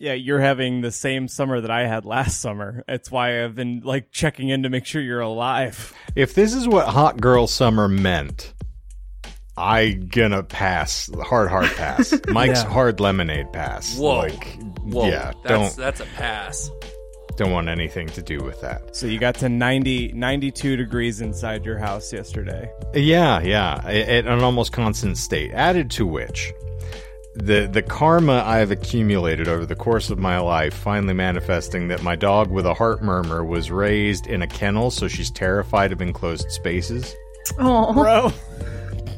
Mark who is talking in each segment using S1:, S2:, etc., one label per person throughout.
S1: Yeah, you're having the same summer that I had last summer. That's why I've been like checking in to make sure you're alive.
S2: If this is what hot girl summer meant, I gonna pass hard hard pass. Mike's
S1: Yeah.
S2: hard lemonade pass.
S3: Whoa,
S2: Like
S3: whoa,
S2: yeah,
S3: that's
S2: don't
S3: that's a pass.
S2: don't want anything to do with that.
S1: So you got to 90, 92 degrees inside your house yesterday.
S2: Yeah, yeah, i- at an almost constant state. Added to which, the the karma I've accumulated over the course of my life, finally manifesting that my dog with a heart murmur was raised in a kennel, so she's terrified of enclosed spaces.
S4: Oh,
S1: Bro.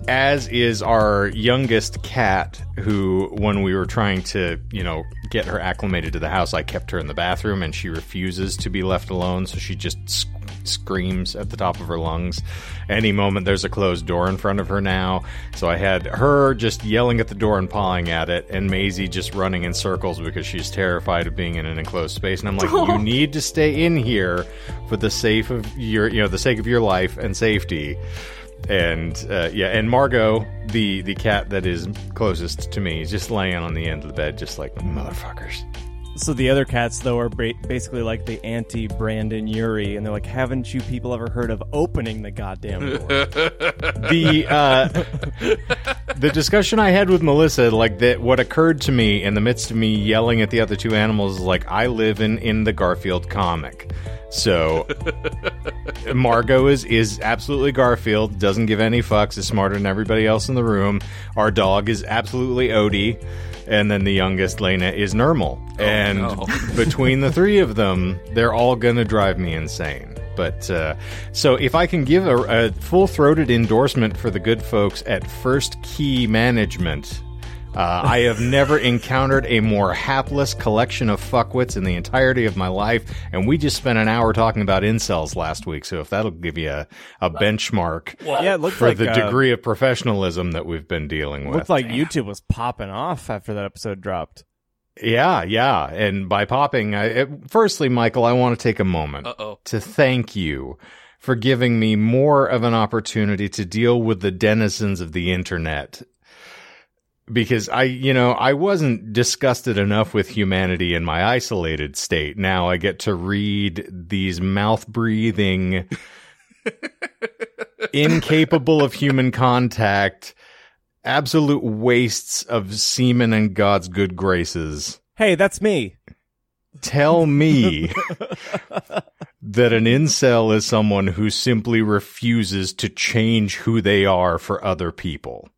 S2: as is our youngest cat who when we were trying to you know get her acclimated to the house i kept her in the bathroom and she refuses to be left alone so she just sc- screams at the top of her lungs any moment there's a closed door in front of her now so i had her just yelling at the door and pawing at it and Maisie just running in circles because she's terrified of being in an enclosed space and i'm like you need to stay in here for the safe of your you know the sake of your life and safety and uh, yeah, and Margot, the the cat that is closest to me, is just laying on the end of the bed, just like motherfuckers.
S1: So the other cats, though, are ba- basically like the anti Brandon Yuri, and they're like, haven't you people ever heard of opening the goddamn door?
S2: The uh, the discussion I had with Melissa, like that, what occurred to me in the midst of me yelling at the other two animals is like I live in in the Garfield comic, so Margot is is absolutely Garfield, doesn't give any fucks, is smarter than everybody else in the room. Our dog is absolutely Odie, and then the youngest Lena is Normal. and
S3: no.
S2: between the three of them, they're all gonna drive me insane. But uh, so if I can give a, a full throated endorsement for the good folks at First Key Management. Uh, I have never encountered a more hapless collection of fuckwits in the entirety of my life, and we just spent an hour talking about incels last week. So if that'll give you a, a benchmark
S1: yeah, it looked
S2: for
S1: like
S2: the
S1: uh,
S2: degree of professionalism that we've been dealing with,
S1: looked like YouTube was popping off after that episode dropped.
S2: yeah, yeah. And by popping, I, it- firstly, Michael, I want to take a moment
S3: Uh oh.
S2: to thank you for giving me more of an opportunity to deal with the denizens of the internet. Because I, you know, I wasn't disgusted enough with humanity in my isolated state. Now I get to read these mouth breathing, incapable of human contact, absolute wastes of semen and God's good graces
S1: Hey, that's me.
S2: tell me that an incel is someone who simply refuses to change who they are for other people.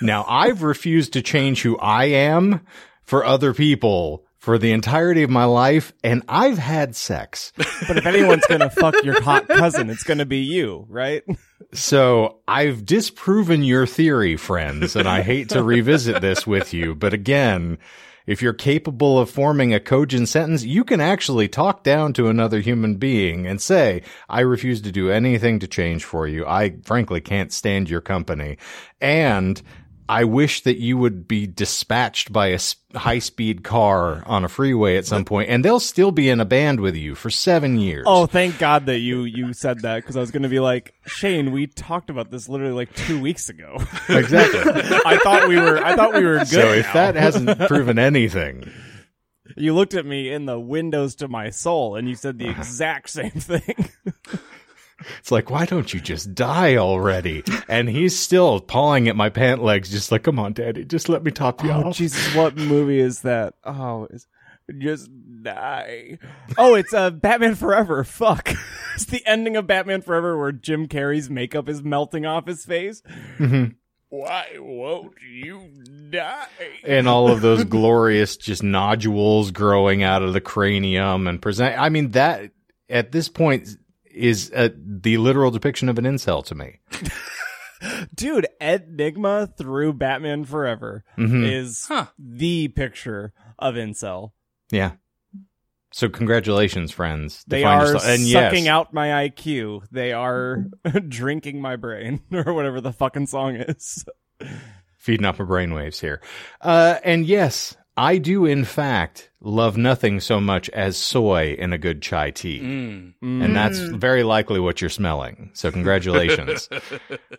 S2: now, I've refused to change who I am for other people for the entirety of my life, and I've had sex.
S1: But if anyone's going to fuck your hot cousin, it's going to be you, right?
S2: So I've disproven your theory, friends, and I hate to revisit this with you. But again, if you're capable of forming a cogent sentence, you can actually talk down to another human being and say, I refuse to do anything to change for you. I frankly can't stand your company. And I wish that you would be dispatched by a high speed car on a freeway at some point, and they'll still be in a band with you for seven years.
S1: Oh, thank God that you you said that because I was going to be like Shane. We talked about this literally like two weeks ago.
S2: exactly.
S1: I thought we were I thought we were good.
S2: So if
S1: now.
S2: that hasn't proven anything,
S1: you looked at me in the windows to my soul and you said the exact same thing.
S2: it's like, why don't you just die already? And he's still pawing at my pant legs, just like, come on, daddy, just let me top you
S1: oh
S2: off.
S1: Jesus, what movie is that? Oh, it's, just die. Oh, it's uh, Batman Forever. Fuck, it's the ending of Batman Forever where Jim Carrey's makeup is melting off his face.
S2: Mm-hmm.
S1: Why won't you die?
S2: And all of those glorious just nodules growing out of the cranium and present. I mean, that at this point is uh the literal depiction of an incel to me.
S1: dude ed nigma through batman forever
S2: Mhm.
S1: is
S3: Huh.
S1: the picture of incel
S2: Yeah. So congratulations, friends.
S1: they
S2: Define
S1: are
S2: yourself- and yes,
S1: sucking out my iq they are drinking my brain or whatever the fucking song is
S2: feeding off my brainwaves here. Uh, and yes, I do, in fact, love nothing so much as soy in a good chai tea.
S1: Mm.
S2: And that's very likely what you're smelling. So, congratulations.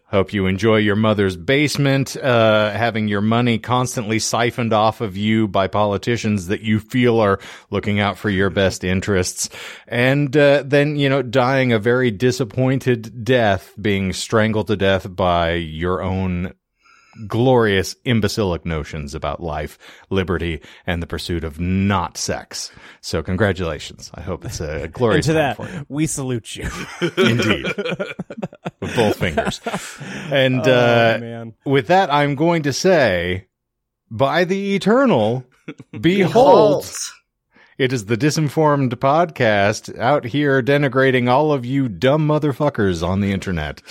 S2: Hope you enjoy your mother's basement, uh, having your money constantly siphoned off of you by politicians that you feel are looking out for your best interests. And uh, then, you know, dying a very disappointed death, being strangled to death by your own glorious imbecilic notions about life, liberty, and the pursuit of not sex. So congratulations. I hope it's a glorious
S1: to
S2: time
S1: that,
S2: for you.
S1: we salute you.
S2: Indeed. with both fingers. And
S1: oh,
S2: uh,
S1: man.
S2: with that, I'm going to say, by the eternal, behold, it is the Disinformed Podcast out here denigrating all of you dumb motherfuckers on the internet.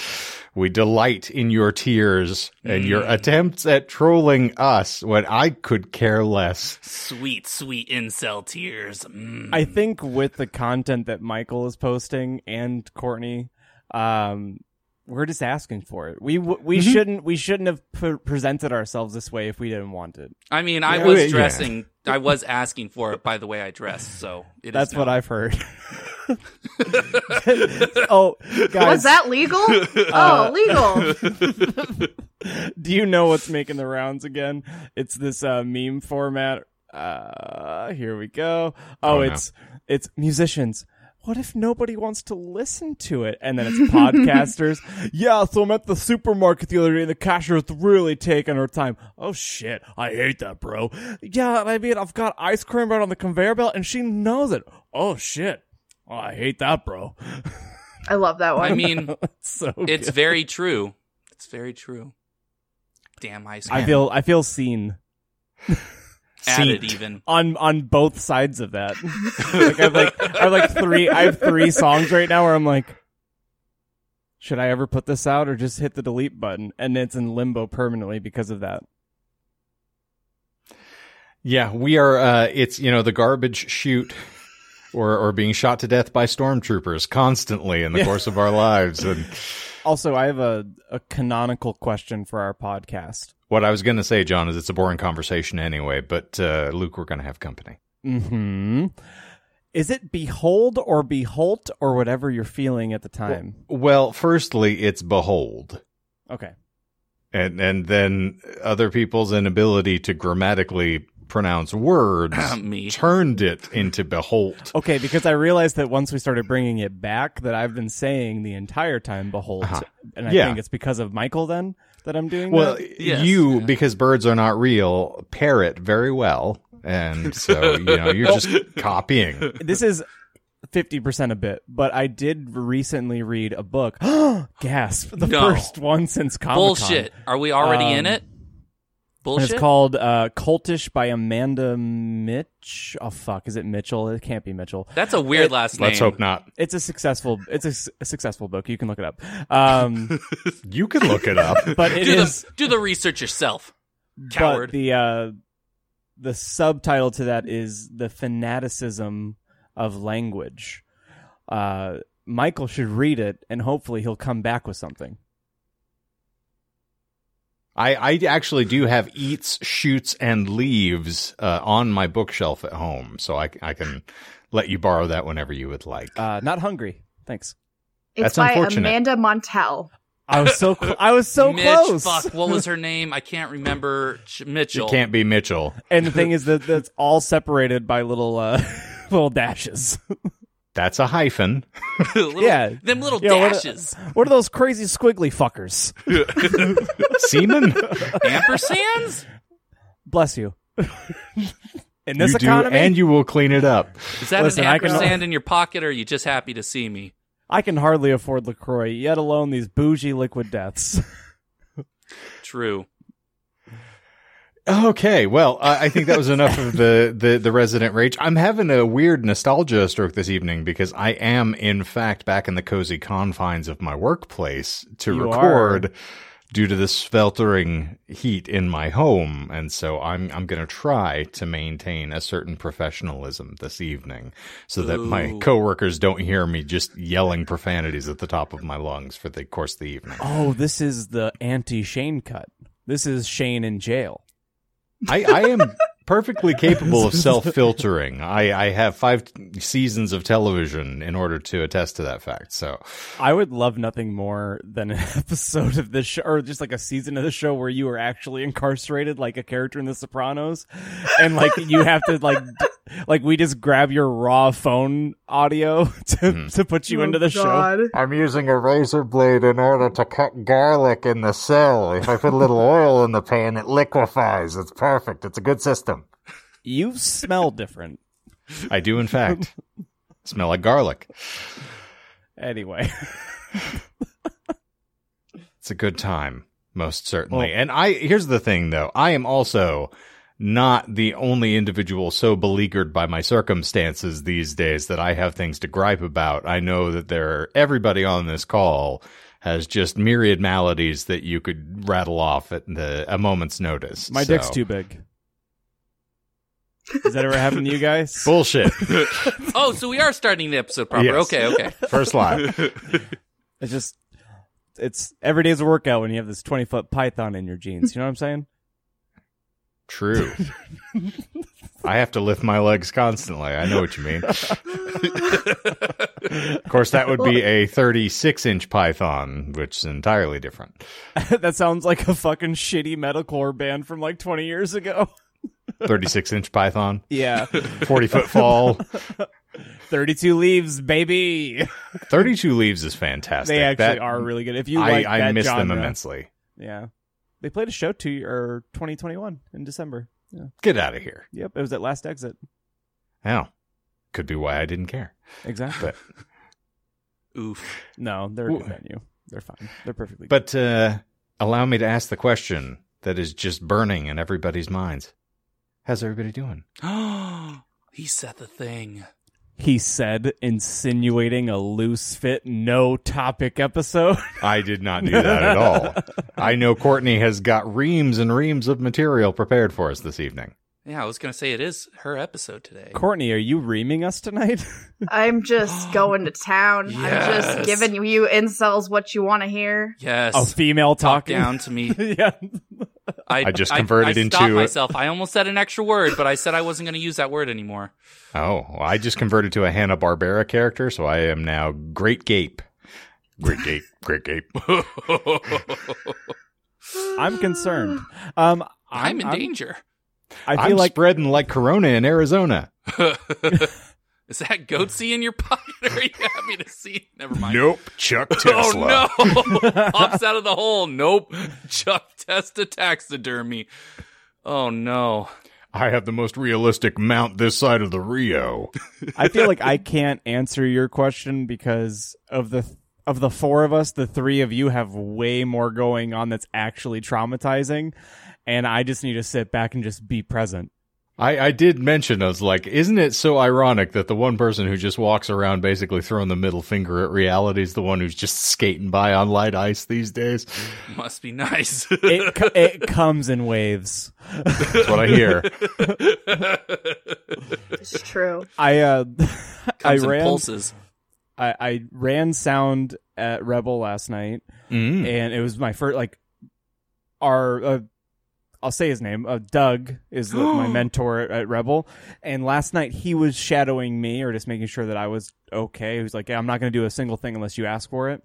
S2: We delight in your tears and
S1: Mm.
S2: your attempts at trolling us when I could care less.
S3: Sweet, sweet incel tears. Mm.
S1: I think with the content that Michael is posting and Courtney, um, we're just asking for it. We w- we
S2: Mm-hmm.
S1: shouldn't we shouldn't have pre- presented ourselves this way if we didn't want it.
S3: I mean, I
S2: Yeah, yeah.
S3: was dressing. I was asking for it by the way I dressed, so it is
S1: That's what
S3: now.
S1: I've heard. oh, guys,
S4: Was that legal? oh, legal.
S1: do you know what's making the rounds again? It's this uh, meme format. Uh, here we go. Oh,
S2: Oh, no.
S1: it's it's musicians. What if nobody wants to listen to it? And then it's podcasters. yeah, so I'm at the supermarket the other day and the cashier's really taking her time. Oh shit, I hate that, bro. Yeah, and I mean, I've got ice cream right on the conveyor belt and she knows it. Oh shit. Oh, I hate that, bro.
S4: I love that
S1: Oh,
S4: one.
S3: I mean,
S1: so
S3: it's
S1: good.
S3: very true. It's very true. Damn ice cream.
S1: I feel I feel seen.
S3: added
S2: Seat.
S3: even.
S1: on on both sides of that. like I've like I have like three I have three songs right now where I'm like should I ever put this out or just hit the delete button and it's in limbo permanently because of that.
S2: Yeah, we are. Uh, it's you know the garbage chute, or or being shot to death by stormtroopers constantly in the
S1: Yeah.
S2: course of our lives. And
S1: Also, I have a a canonical question for our podcast.
S2: what I was going to say, John, is it's a boring conversation anyway. But uh, Luke, we're going to have company.
S1: Mhm. Is it behold or beholt or whatever you're feeling at the time?
S2: Well, firstly, it's behold,
S1: okay.
S2: and and then other people's inability to grammatically pronounce words
S3: Me.
S2: turned it into
S3: Oh,
S2: behold.
S1: Okay, because I realized that once we started bringing it back, that I've been saying the entire time "behold,"
S2: Uh-huh.
S1: and I
S2: Yeah.
S1: think it's because of Michael then that I'm doing
S2: Well,
S1: that.
S3: Yes.
S2: you
S3: Yeah.
S2: because birds are not real, parrot very well, and so you know you're just copying.
S1: This is fifty percent a bit, but I did recently read a book. Gasp! The
S3: No.
S1: first one since Comic Con.
S3: Bullshit. Are we already in
S1: Um,
S3: it?
S1: And
S3: Bullshit.
S1: It's called uh, "Cultish" by Amanda Mitch. Oh fuck, is it Mitchell? It can't be Mitchell.
S3: That's a weird last name.
S2: Let's hope not.
S1: It's a successful. It's a, s- a successful book. You can look it up. Um,
S2: You can look it up.
S1: but it is.
S3: Do the do the research yourself. Coward.
S1: But the uh, the subtitle to that is the fanaticism of language. Uh, Michael should read it, and hopefully he'll come back with something.
S2: I, I actually do have eats, shoots, and leaves uh, on my bookshelf at home, so I, I can let you borrow that whenever you would like.
S1: Uh, not hungry, thanks.
S2: that's
S4: it's by
S2: unfortunate.
S4: Amanda Montel.
S1: I was so cl- I was so
S3: Mitch,
S1: close.
S3: fuck, what was her name? I can't remember. Ch- Mitchell.
S2: it can't be Mitchell.
S1: And the thing is that that's all separated by little uh, little dashes.
S2: That's a hyphen.
S3: Little-
S1: Yeah.
S3: Them little
S1: Yeah, what a-
S3: dashes.
S1: What are those crazy squiggly fuckers?
S2: Seaman.
S3: Ampersands?
S1: Bless you. In this
S2: you do,
S1: economy,
S2: and you will clean it up.
S3: Is that
S1: Listen,
S3: an
S1: I can-
S3: ampersand in your pocket, or are you just happy to see me?
S1: I can hardly afford Lacroix, yet alone these bougie liquid deaths.
S3: True.
S2: Okay, well, I, I think that was enough of the, the, the resident rage. I'm having a weird nostalgia stroke this evening because I am, in fact, back in the cozy confines of my workplace to
S1: You
S2: record due to the sweltering heat in my home, and so I'm I'm going to try to maintain a certain professionalism this evening so that my
S3: Ooh.
S2: coworkers don't hear me just yelling profanities at the top of my lungs for the course of the evening.
S1: Oh, this is the anti Shane cut. This is Shane in jail.
S2: I, I am perfectly capable of self filtering. I, I have five t- seasons of television in order to attest to that fact. So
S1: I would love nothing more than an episode of this show, or just like a season of the show where you are actually incarcerated, like a character in The Sopranos, and like you have to like, d- like we just grab your raw phone audio to to put
S4: Oh,
S1: you into the show.
S5: I'm using a razor blade in order to cut garlic in the cell. If I put a little oil in the pan, it liquefies. It's perfect. It's a good system.
S1: You smell different,
S2: I do, in fact, smell like garlic.
S1: anyway.
S2: It's a good time, most certainly.
S1: Well-
S2: and I here's the thing though. I am also not the only individual so beleaguered by my circumstances these days that I have things to gripe about. I know that there everybody on this call has just myriad maladies that you could rattle off at the a moment's notice.
S1: My dick's
S2: So-
S1: too big. Has that ever happened to you guys?
S2: bullshit.
S3: Oh, so we are starting the episode proper.
S2: Yes.
S3: Okay, okay.
S2: First line.
S1: It's just, it's every day's a workout when you have this twenty foot python in your jeans. You know what I'm saying?
S2: True. I have to lift my legs constantly. I know what you mean. of course, that would be a 36 inch python, which is entirely different.
S1: that sounds like a fucking shitty metalcore band from like 20 years ago.
S2: 36 inch python,
S1: Yeah.
S2: 40 foot fall.
S1: 32 Leaves, baby.
S2: 32 leaves is fantastic.
S1: They actually
S2: That-
S1: are really good. If you
S2: I,
S1: like
S2: I
S1: that
S2: miss them
S1: genre.
S2: immensely.
S1: Yeah. They played a show to or 2021 in December.
S2: Get out of here.
S1: Yep, it was at Last Exit.
S2: Now, could be why I didn't care.
S1: Exactly.
S2: But,
S3: Oof.
S1: No, they're a good
S2: Ooh.
S1: venue. They're fine. They're perfectly good.
S2: but uh, allow me to ask the question that is just burning in everybody's minds How's everybody doing?
S3: he said the thing.
S1: He said, insinuating a loose fit, no topic episode.
S2: I did not do that at all. I know Courtney has got reams and reams of material prepared for us this evening.
S3: Yeah, I was gonna say it is her episode today.
S1: Courtney, are you reaming us tonight?
S4: I'm just going to town. I'm
S3: Yes.
S4: just giving you incels what you want to hear.
S3: Yes.
S1: a female
S3: Talk
S1: talking.
S3: down to me.
S1: yeah.
S3: I,
S2: I just converted
S3: I, I stopped
S2: into-
S3: myself. I almost said an extra word, but I said I wasn't going to use that word anymore.
S2: Oh, well, I just converted to a Hanna Barbera character, so I am now Great Gape. Great Gape, Great Gape.
S1: I'm concerned. Um,
S3: I'm in danger.
S1: I feel
S2: I'm
S1: like
S2: spreading like Corona in Arizona.
S3: Is that goatsey in your pocket? Are you happy to see? Never mind.
S2: Chuck
S3: Oh no! Pops out of the hole. Nope. Chuck Testa taxidermy. Oh no.
S2: I have the most realistic mount this side of the Rio.
S1: I feel like I can't answer your question because of the of the four of us, the three of you have way more going on that's actually traumatizing, and I just need to sit back and just be present.
S2: I, I did mention, I was like, isn't it so ironic that the one person who just walks around basically throwing the middle finger at reality is the one who's just skating by on light ice these days?
S3: Must be nice.
S1: It co- it comes in waves.
S2: That's what I hear.
S4: It's true.
S1: I uh, I
S3: Comes in
S1: ran
S3: pulses.
S1: I, I ran sound at Rebel last night,
S3: Hmm.
S2: Mm.
S1: and it was my first like our uh, I'll say his name. Uh, Doug is the, my mentor at, at Rebel, and last night he was shadowing me or just making sure that I was okay. He was like, "Yeah, I'm not going to do a single thing unless you ask for it."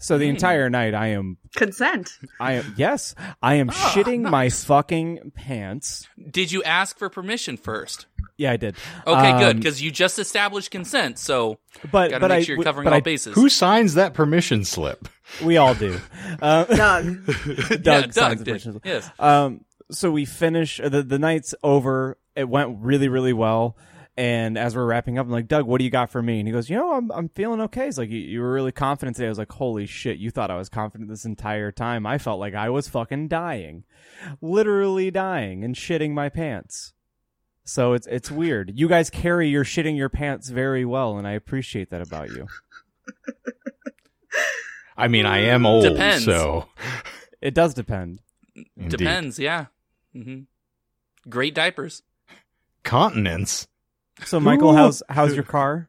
S1: So the
S3: Hmm.
S1: entire night, I am,
S4: Consent.
S1: I am, yes, I am
S3: Ah,
S1: shitting my fucking pants.
S3: Did you ask for permission first?
S1: Yeah, I did.
S3: Okay,
S1: Um,
S3: good, because you just established consent, so
S1: But
S3: gotta
S1: but
S3: make
S1: I,
S3: sure you're covering
S1: but
S3: all
S1: I-
S3: bases.
S2: Who signs that permission slip?
S1: we all do. Uh,
S4: Doug.
S1: Doug,
S3: yeah,
S1: signs
S3: Doug
S1: the
S3: did.
S1: permission.
S3: Yes.
S1: Um, so we finish the the night's over. It went really really well. And as we're wrapping up, I'm like, Doug, what do you got for me? And he goes, You know, I'm I'm feeling okay. He's like, you, you were really confident today. I was like, Holy shit, you thought I was confident this entire time. I felt like I was fucking dying, literally dying and shitting my pants. So it's it's weird. You guys carry your shitting your pants very well, and I appreciate that about you.
S2: I mean, I am old,
S3: Depends.
S2: so
S1: It does depend.
S2: Indeed.
S3: Depends. Yeah. hmm Great diapers.
S2: continents.
S1: So Michael,
S2: Ooh.
S1: how's how's your car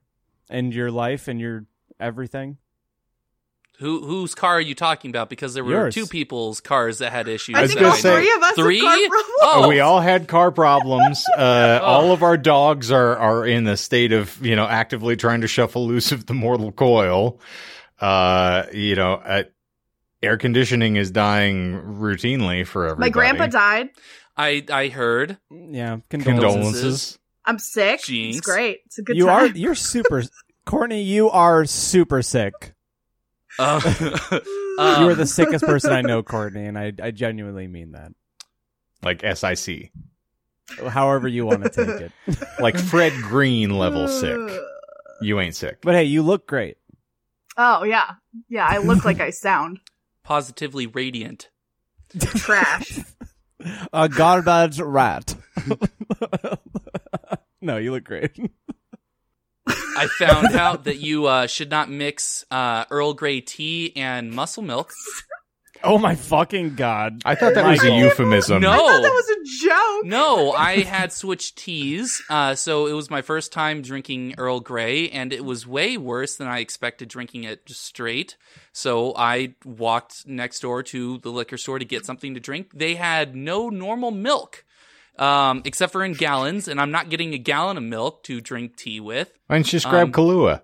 S1: and your life and your everything?
S3: Who whose car are you talking about? Because there were
S1: Yours.
S3: two people's cars that had issues.
S4: I
S2: was
S4: think
S2: gonna
S4: all
S2: say-
S4: three of us
S3: Three?
S4: have car problems.
S3: Oh,
S2: We all had car problems. Uh, All of our dogs are are in a state of you know actively trying to shuffle loose of the mortal coil. Uh, you know, uh, air conditioning is dying routinely for everybody.
S4: My grandpa died.
S3: I I heard.
S1: Yeah, condolences.
S2: Condolences.
S4: I'm sick.
S3: Jinx.
S4: It's great. It's a good
S1: you are
S4: time.
S1: you're super, Courtney. You are super sick.
S3: Um,
S1: you are
S3: um,
S1: the sickest person I know, Courtney, and I I genuinely mean that.
S2: Like SIC,
S1: However you want to take it.
S2: like Fred Green level sick. You ain't sick.
S1: But hey, you look great.
S4: Oh yeah, yeah. I look like I sound
S3: positively radiant.
S4: trash.
S1: A garbage rat. no, you look great.
S3: I found out that you uh, should not mix uh, Earl Grey tea and muscle milk.
S1: Oh my fucking god!
S2: I thought that was a
S1: Michael.
S2: euphemism.
S3: No.
S4: I thought that was a joke.
S3: No, I had switched teas, uh, so it was my first time drinking Earl Grey, and it was way worse than I expected drinking it just straight. So I walked next door to the liquor store to get something to drink. They had no normal milk, um, except for in gallons, and I'm not getting a gallon of milk to drink tea with.
S2: Why don't you just grab
S3: Um,
S2: Kahlua?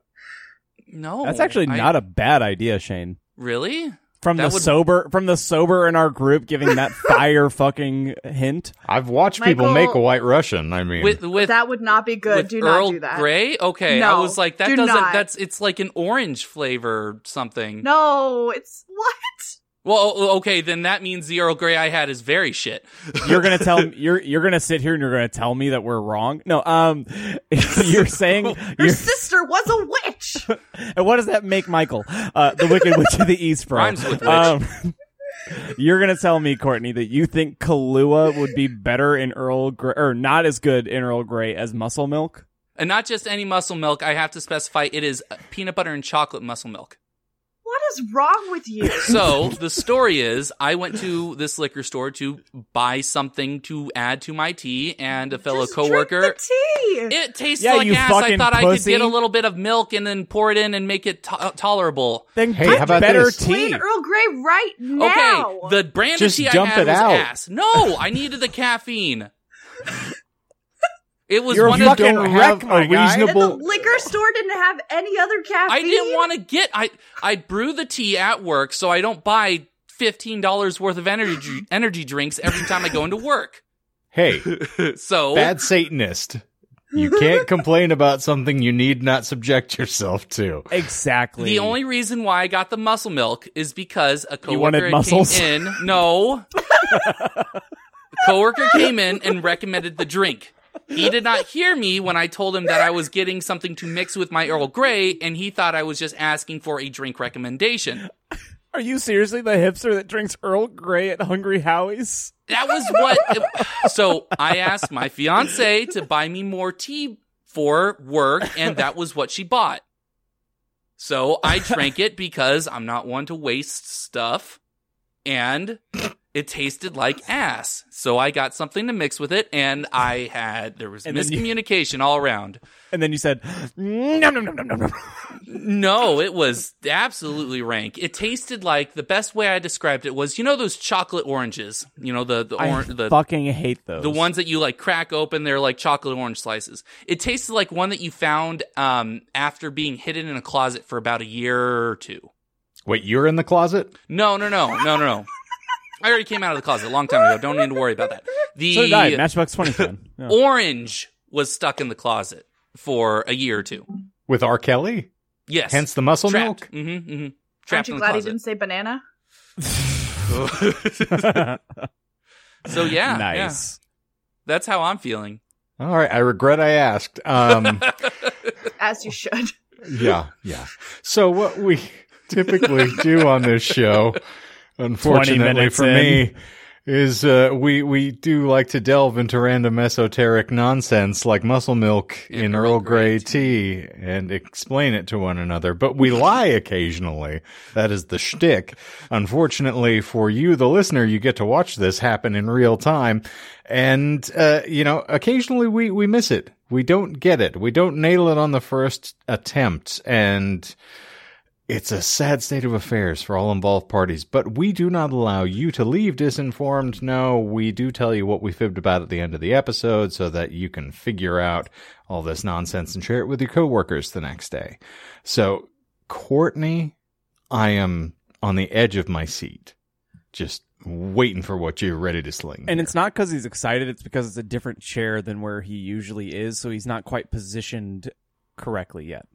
S3: No,
S1: That's actually
S3: I-
S1: not a bad idea, Shane.
S3: really.
S1: From
S3: That
S1: the
S3: would-
S1: sober, from the sober in our group, giving that fire fucking hint.
S2: I've watched people
S4: Michael-
S2: make a White Russian. I mean,
S3: With with
S4: that would not be
S3: with
S4: good. Do
S3: Earl
S4: not do that.
S3: Grey. Okay, I
S4: No,
S3: was like that
S4: do
S3: doesn't.
S4: not.
S3: That's it's like an orange flavor something.
S4: No, it's what?
S3: Well, o- okay, then that means the Earl Grey I had is very shit.
S1: You're gonna tell you're you're gonna sit here and you're gonna tell me that we're wrong. No, um, you're saying
S4: Your
S1: you're,
S4: sister was a witch.
S1: and what does that make Michael? Uh, the Wicked Witch of the East, bro.
S3: Rhymes with witch.
S1: you're gonna tell me, Courtney, that you think Kahlua would be better in Earl Grey, or not as good in Earl Grey as Muscle Milk?
S3: And not just any muscle milk, I have to specify it is peanut butter and chocolate muscle milk.
S4: What is wrong with you?
S3: So the story is I went to this liquor store to buy something to add to my tea, and a fellow
S4: Just
S3: coworker.
S4: Drink the tea.
S3: it tastes
S1: Yeah,
S3: like
S1: you
S3: ass. I
S1: fucking
S3: thought I could
S1: pussy.
S3: get a little bit of milk and then pour it in and make it to- tolerable.
S1: Then
S2: Hey,
S1: get
S2: how about
S1: better
S2: this?
S1: tea?
S4: Plain Earl Grey right now.
S3: Okay, the brand
S2: Just
S3: of tea
S2: dump
S3: I had
S2: it
S3: was
S2: out.
S3: ass. No, I needed the caffeine. It was
S1: You're
S3: one
S1: a
S3: of
S1: fucking
S2: don't
S1: wreck,
S2: have a
S1: my guy.
S4: and the
S2: reasonable-
S4: liquor store didn't have any other
S3: I
S4: caffeine.
S3: didn't want to get I I brew the tea at work so I don't buy fifteen dollars worth of energy energy drinks every time I go into work.
S2: hey,
S3: So
S2: bad Satanist. You can't complain about something you need not subject yourself to.
S1: Exactly.
S3: the only reason why I got the muscle milk is because a
S1: wanted
S3: coworker
S1: muscles?
S3: came in. No, a coworker came in and recommended the drink. He did not hear me when I told him that I was getting something to mix with my Earl Grey, and he thought I was just asking for a drink recommendation.
S1: Are you seriously the hipster that drinks Earl Grey at Hungry Howie's?
S3: That was what. so I asked my fiance to buy me more tea for work, and that was what she bought. So I drank it because I'm not one to waste stuff, and it tasted like ass. So I got something to mix with it, and I had there was
S1: And then you-
S3: miscommunication all around.
S1: And then you said, "Mm, "Nom nom nom nom nom." nom."
S3: No, it was absolutely rank. It tasted like the best way I described it was you know those chocolate oranges, you know the the
S1: I
S3: orange the
S1: fucking hate those.
S3: the ones that you like crack open they're like chocolate orange slices it tasted like one that you found um, after being hidden in a closet for about a year or two
S2: Wait, you're in the closet?
S3: no no no no no no i already came out of the closet a long time ago don't need to worry about that the
S1: So did I. Matchbox Twenty fan. Yeah.
S3: orange was stuck in the closet for a year or two
S2: With R. Kelly?
S3: yes
S2: Hence the muscle milk?
S3: trapped mm-hmm, mm-hmm.
S4: Aren't
S3: trapped
S4: you
S3: in the
S4: glad he
S3: closet
S4: didn't say banana?
S1: Ah,
S3: so yeah yeah.
S1: nice.
S3: that's how i'm feeling
S2: All right, I regret I asked. Um,
S4: As you should.
S2: yeah, yeah. So what we typically do on this show, unfortunately
S1: minutes
S2: for
S1: in.
S2: me, is uh, we we do like to delve into random esoteric nonsense like muscle milk in Earl Grey tea and explain it to one another, but we lie occasionally. That is the shtick. Unfortunately for you, the listener, you get to watch this happen in real time, and uh, you know occasionally we we miss it. We don't get it. We don't nail it on the first attempt, and It's a sad state of affairs for all involved parties, but we do not allow you to leave disinformed. No, we do tell you what we fibbed about at the end of the episode so that you can figure out all this nonsense and share it with your coworkers the next day. So, Courtney, I am on the edge of my seat, just waiting for what you're ready to sling.
S1: And
S2: here.
S1: it's not because he's excited, it's because it's a different chair than where he usually is, so he's not quite positioned correctly yet.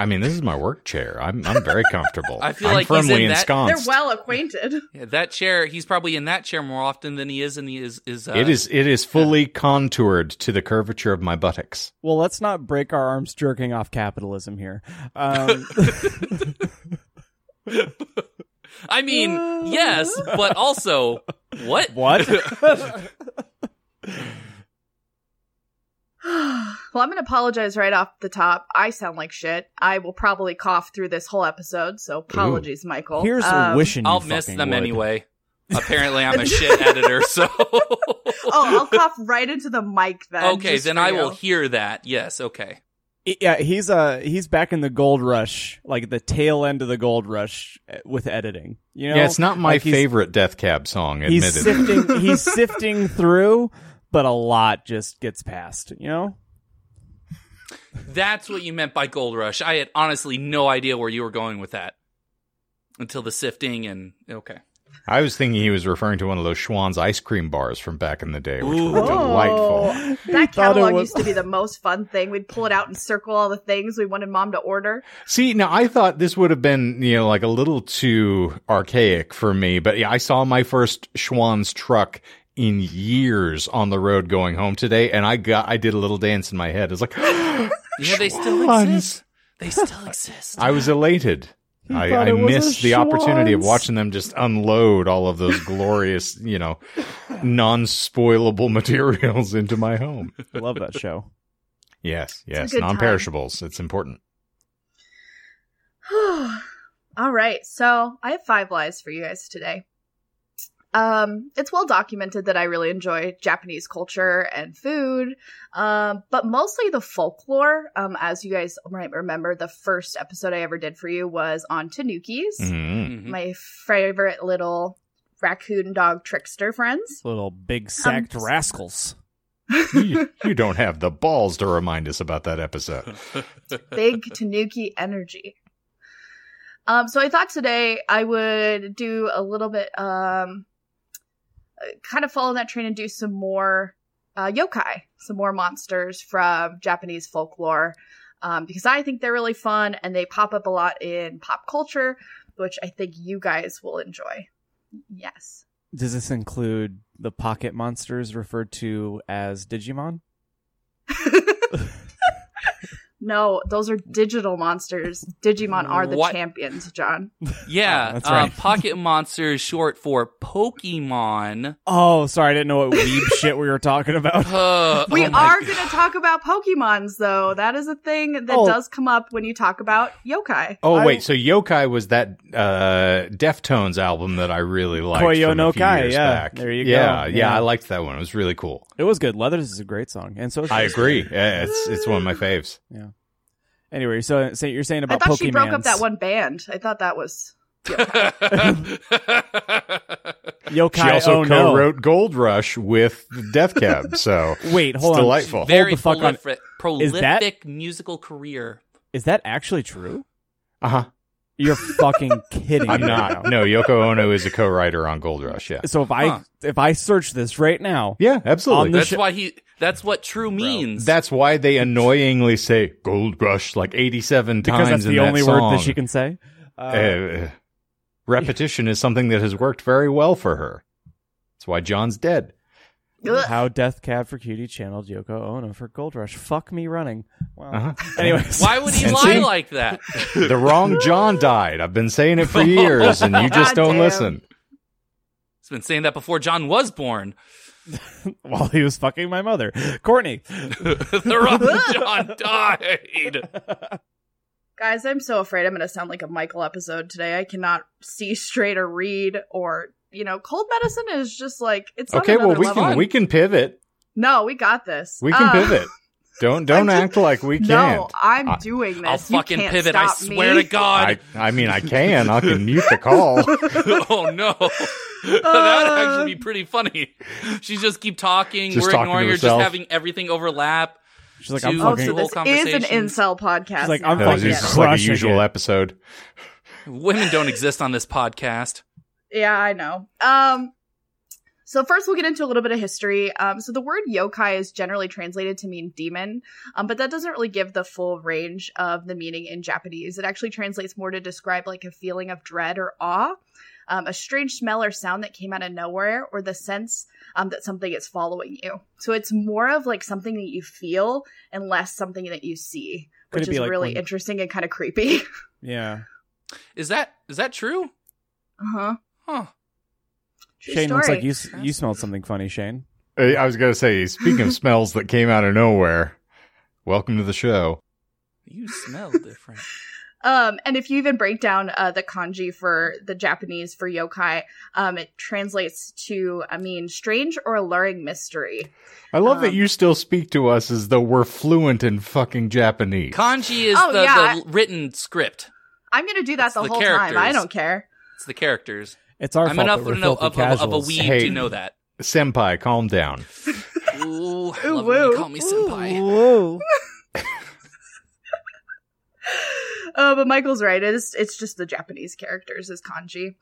S2: I mean, this is my work chair. I'm I'm very comfortable.
S3: I feel
S2: I'm
S3: like he's
S2: firmly
S3: in that-
S2: ensconced.
S4: They're well acquainted.
S3: Yeah, that chair. He's probably in that chair more often than he is in the is is. Uh,
S2: It is it is fully contoured to the curvature of my buttocks.
S1: Well, let's not break our arms jerking off capitalism here. Um,
S3: I mean, yes, but also what?
S1: what?
S4: well, I'm going to apologize right off the top. I sound like shit. I will probably cough through this whole episode, so apologies, Michael.
S1: Here's
S4: Um,
S1: wishing you
S3: I'll miss
S1: fucking
S3: them
S1: would.
S3: anyway. Apparently, I'm a shit editor, so.
S4: Oh, I'll cough right into the mic then.
S3: okay,
S4: just
S3: then
S4: for
S3: I
S4: you.
S3: will hear that. Yes, okay.
S1: I- Yeah, he's uh he's back in the gold rush, like the tail end of the gold rush eh, with editing. You know,
S2: yeah, it's not my
S1: like he's-
S2: favorite Death Cab song.
S1: He's
S2: Admittedly,
S1: sifting he's sifting through, but a lot just gets passed. You know,
S3: That's what you meant by gold rush. I had honestly no idea where you were going with that until the sifting and okay.
S2: I was thinking he was referring to one of those Schwann's ice cream bars from back in the day, which
S3: Ooh.
S2: were delightful.
S4: Oh,
S1: He
S4: that
S1: thought it
S4: catalog
S1: was-
S4: used to be the most fun thing. We'd pull it out and circle all the things we wanted mom to order.
S2: See, now I thought this would have been you know like a little too archaic for me, but yeah, I saw my first Schwann's truck in years on the road going home today, and I got I did a little dance in my head. It's like
S3: Yeah, they still
S2: Schwann's.
S3: exist. They still exist.
S2: I was elated. I,
S1: thought
S2: I
S1: it was a
S2: missed the opportunity of
S1: Schwanz.
S2: watching them just unload all of those glorious, you know, non spoilable materials into my home.
S1: I love that show.
S2: Yes,
S4: a
S2: yes,
S4: good
S2: non perishables. It's important.
S4: All right, so I have five lies for you guys today. Um, it's well documented that I really enjoy Japanese culture and food, um, but mostly the folklore. Um, as you guys might remember, the first episode I ever did for you was on Tanukis,
S2: Mhm.
S3: Mhm.
S4: my favorite little raccoon dog trickster friends.
S1: Little big sacked
S4: Um,
S1: rascals.
S2: you, you don't have the balls to remind us about that episode.
S3: Mm-hmm.
S4: big tanuki energy. Um, so I thought today I would do a little bit, um, uh, kind of follow that train and do some more uh, yokai, some more monsters from Japanese folklore, um, because I think they're really fun and they pop up a lot in pop culture, which I think you guys will enjoy. Yes.
S1: Does this include the pocket monsters referred to as Digimon?
S4: no, those are digital monsters. Digimon are the
S3: What?
S4: champions, John.
S3: yeah,
S1: Oh, that's
S3: uh,
S1: right.
S3: Pocket Monster is short for Pokemon.
S1: Oh, sorry, I didn't know what weeb shit we were talking about.
S3: Uh,
S4: We
S3: oh my
S4: are
S3: God.
S4: going to talk about Pokemons, though. That is a thing that
S1: Oh.
S4: does come up when you talk about yokai.
S2: Oh,
S1: I-
S2: wait, so Yokai was that uh, Deftones album that I really liked.
S1: Koyo
S2: from
S1: no
S2: a few
S1: Kai,
S2: years
S1: yeah.
S2: back.
S1: There you go.
S2: yeah, Yeah,
S1: Yeah.
S2: I liked that one. It was really cool.
S1: It was good. Leathers is a great song, and so is
S2: I
S1: this.
S2: agree. Yeah, it's, it's one of my faves.
S1: Anyway, so, so you're saying
S4: I
S1: about
S4: thought she broke up
S1: Pokemans.
S4: that one band. I thought that was.
S1: Yokai.
S2: She also
S1: oh, no.
S2: co-wrote Gold Rush with Death Cab. So
S1: Wait, hold on.
S2: it's delightful.
S3: Very
S1: the fuck on.
S3: prolific,
S1: Is that-
S3: prolific musical career.
S1: Is that actually true?
S2: Uh huh.
S1: You're fucking kidding.
S2: I'm
S1: me right
S2: not. No, Yoko Ono is a co-writer on Gold Rush. Yeah.
S1: now. So if I
S3: Huh.
S1: if I search this right now,
S2: Yeah, absolutely.
S1: On the
S2: That's,
S3: That's
S1: sh-
S3: why he. That's what true means.
S2: that's why they annoyingly say Gold Rush like 87
S1: because
S2: times
S1: that's
S2: in
S1: the
S2: that
S1: only
S2: song.
S1: word that she can say. Uh,
S2: Uh, repetition is something that has worked very well for her. That's why John's dead.
S4: Ugh.
S1: how Death Cab for Cutie channeled Yoko Ono for Gold Rush. Fuck me running. Well,
S2: Uh-huh.
S1: anyways,
S3: why would he
S2: And
S3: lie
S2: see?
S3: like that?
S2: The wrong John died. I've been saying it for years, and you just don't
S4: Goddamn.
S2: listen.
S3: He's been saying that before John was born.
S1: while he was fucking my mother, Courtney.
S3: the wrong John died.
S4: Guys, I'm so afraid I'm going to sound like a Michael episode today. I cannot see straight or read or. You know, cold medicine is just like it's. on
S2: Okay, well
S4: another
S2: we
S4: level.
S2: can we can pivot.
S4: No, we got this.
S2: We can
S4: Uh,
S2: pivot. Don't don't act like we can't.
S4: No, I'm
S2: I-
S4: doing this.
S3: I'll
S4: You
S3: fucking
S4: can't
S3: pivot. I
S4: stop
S3: swear
S4: me. Oh,
S3: to God.
S2: I, I mean, I can. I can mute the call.
S3: oh no, that would actually be pretty funny. She's just keep talking.
S2: Just
S3: we're
S2: talking to
S3: ignoring her. Just
S2: herself.
S3: having everything overlap.
S1: She's like, I'm
S3: Dude,
S4: Oh,
S1: fucking.
S3: Full
S4: so this is an
S3: conversation.
S4: incel podcast.
S1: She's like,
S4: now.
S1: I'm
S2: That was
S1: fucking
S2: just like a
S1: crushing
S2: usual
S1: it.
S2: episode.
S3: Women don't exist on this podcast.
S4: Yeah, I know. Um, so first we'll get into a little bit of history. Um, so the word yokai is generally translated to mean demon, um, but that doesn't really give the full range of the meaning in Japanese. It actually translates more to describe like a feeling of dread or awe, um, a strange smell or sound that came out of nowhere, or the sense um, that something is following you. So it's more of like something that you feel and less something that you see,
S1: Could
S4: which
S1: it be
S4: is
S1: like
S4: really
S1: when-
S4: interesting and kind of creepy. uh
S1: Yeah.
S3: Is that is that true?
S4: huh.
S3: Huh.
S4: Uh-huh. True
S1: Shane looks like
S4: story.
S1: you s- you smelled something funny, Shane.
S2: Uh, I was gonna say, speaking of smells that came out of nowhere, welcome to the show.
S3: You smell different.
S4: Um, and if you even break down uh, the kanji for the Japanese for yokai, um, it translates to, I mean, strange or alluring mystery.
S2: I love that
S4: Um,
S2: you still speak to us as though we're fluent in fucking Japanese.
S3: Kanji is
S4: Oh,
S3: the,
S4: yeah.
S3: the written script.
S4: I'm going to do that
S3: It's
S4: the,
S3: the
S4: whole time. I
S3: characters.
S4: don't care.
S3: It's the characters.
S1: It's our
S3: I'm
S1: fault
S3: enough
S1: that we're
S3: of, of,
S1: filthy
S3: of, of a
S1: casuals.
S3: weeb
S2: Hey.
S3: to know that.
S2: Senpai, calm down.
S3: Ooh, I
S4: Ooh,
S3: love when you
S4: woo.
S3: call me senpai.
S4: Uh, but Michael's right. It's, it's just the Japanese characters is kanji.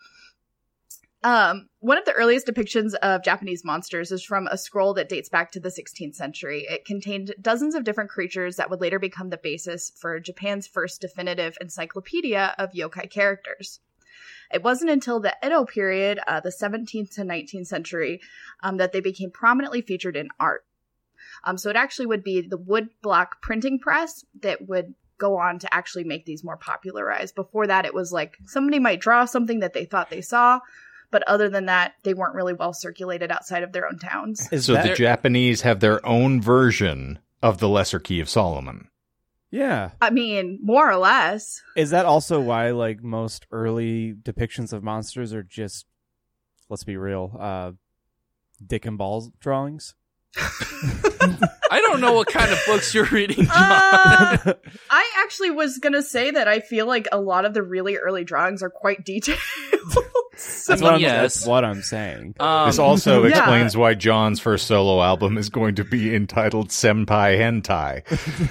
S4: Um, one of the earliest depictions of Japanese monsters is from a scroll that dates back to the 16th century. It contained dozens of different creatures that would later become the basis for Japan's first definitive encyclopedia of yokai characters. It wasn't until the Edo period, uh, the 17th to 19th century, um, that they became prominently featured in art. Um, so it actually would be the woodblock printing press that would go on to actually make these more popularized. Before that, it was like somebody might draw something that they thought they saw, but other than that, they weren't really well circulated outside of their own towns.
S1: Is
S2: so
S1: that-
S2: the Japanese have their own version of the Lesser Key of Solomon.
S1: yeah.
S4: I mean, more or less.
S1: Is that also why like most early depictions of monsters are just let's be real, uh dick and balls drawings?
S3: I don't know what kind of books you're reading, John.
S4: Uh, I actually was gonna say that I feel like a lot of the really early drawings are quite detailed. So-
S1: That's what, I'm,
S3: yes.
S1: that's what I'm saying.
S3: Um,
S2: this also
S4: yeah.
S2: explains why John's first solo album is going to be entitled Senpai Hentai.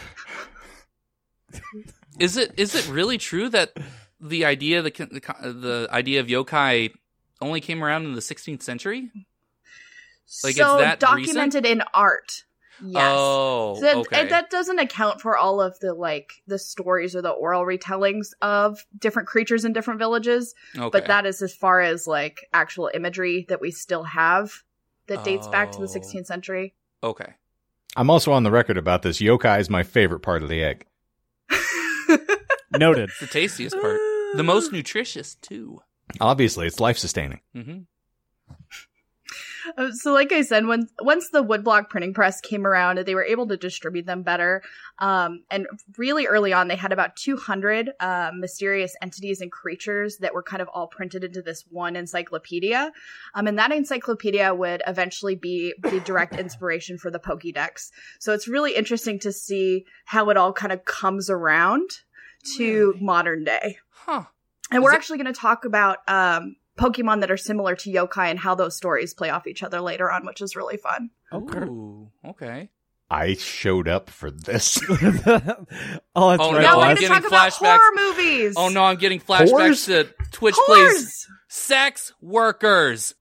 S3: Is it is it really true that the idea the the, the idea of yokai only came around in the 16th century? Like, it's
S4: so
S3: that
S4: documented in art. Yes.
S3: Oh,
S4: So that,
S3: okay.
S4: and that doesn't account for all of the like the stories or the oral retellings of different creatures in different villages,
S3: okay.
S4: but that is as far as like actual imagery that we still have that dates back to the
S3: Oh.
S4: 16th century.
S3: okay.
S2: I'm also on the record about this. Yokai is my favorite part of the egg.
S1: Noted.
S3: It's the tastiest part. The most nutritious too.
S2: Obviously, it's life sustaining.
S3: hmm
S4: Uh, so like i said when, once the woodblock printing press came around they were able to distribute them better um, and really early on they had about 200 uh, mysterious entities and creatures that were kind of all printed into this one encyclopedia um, and that encyclopedia would eventually be the direct inspiration for the pokédex so it's really interesting to see how it all kind of comes around to
S3: Really?
S4: modern day
S3: Huh. Is
S4: and we're
S3: it-
S4: actually going to talk about um, Pokemon that are similar to yokai and how those stories play off each other later on, which is really fun.
S1: Okay.
S3: Ooh, okay.
S2: I showed up for this.
S1: oh, that's
S3: Oh,
S1: right.
S4: now
S3: I'm
S4: we're
S1: Last-
S4: going to
S3: getting
S4: talk about
S3: flashbacks.
S4: horror movies.
S3: Oh no, I'm getting flashbacks
S2: Whores?
S3: to Twitch Plays
S4: Horrors!
S3: sex workers.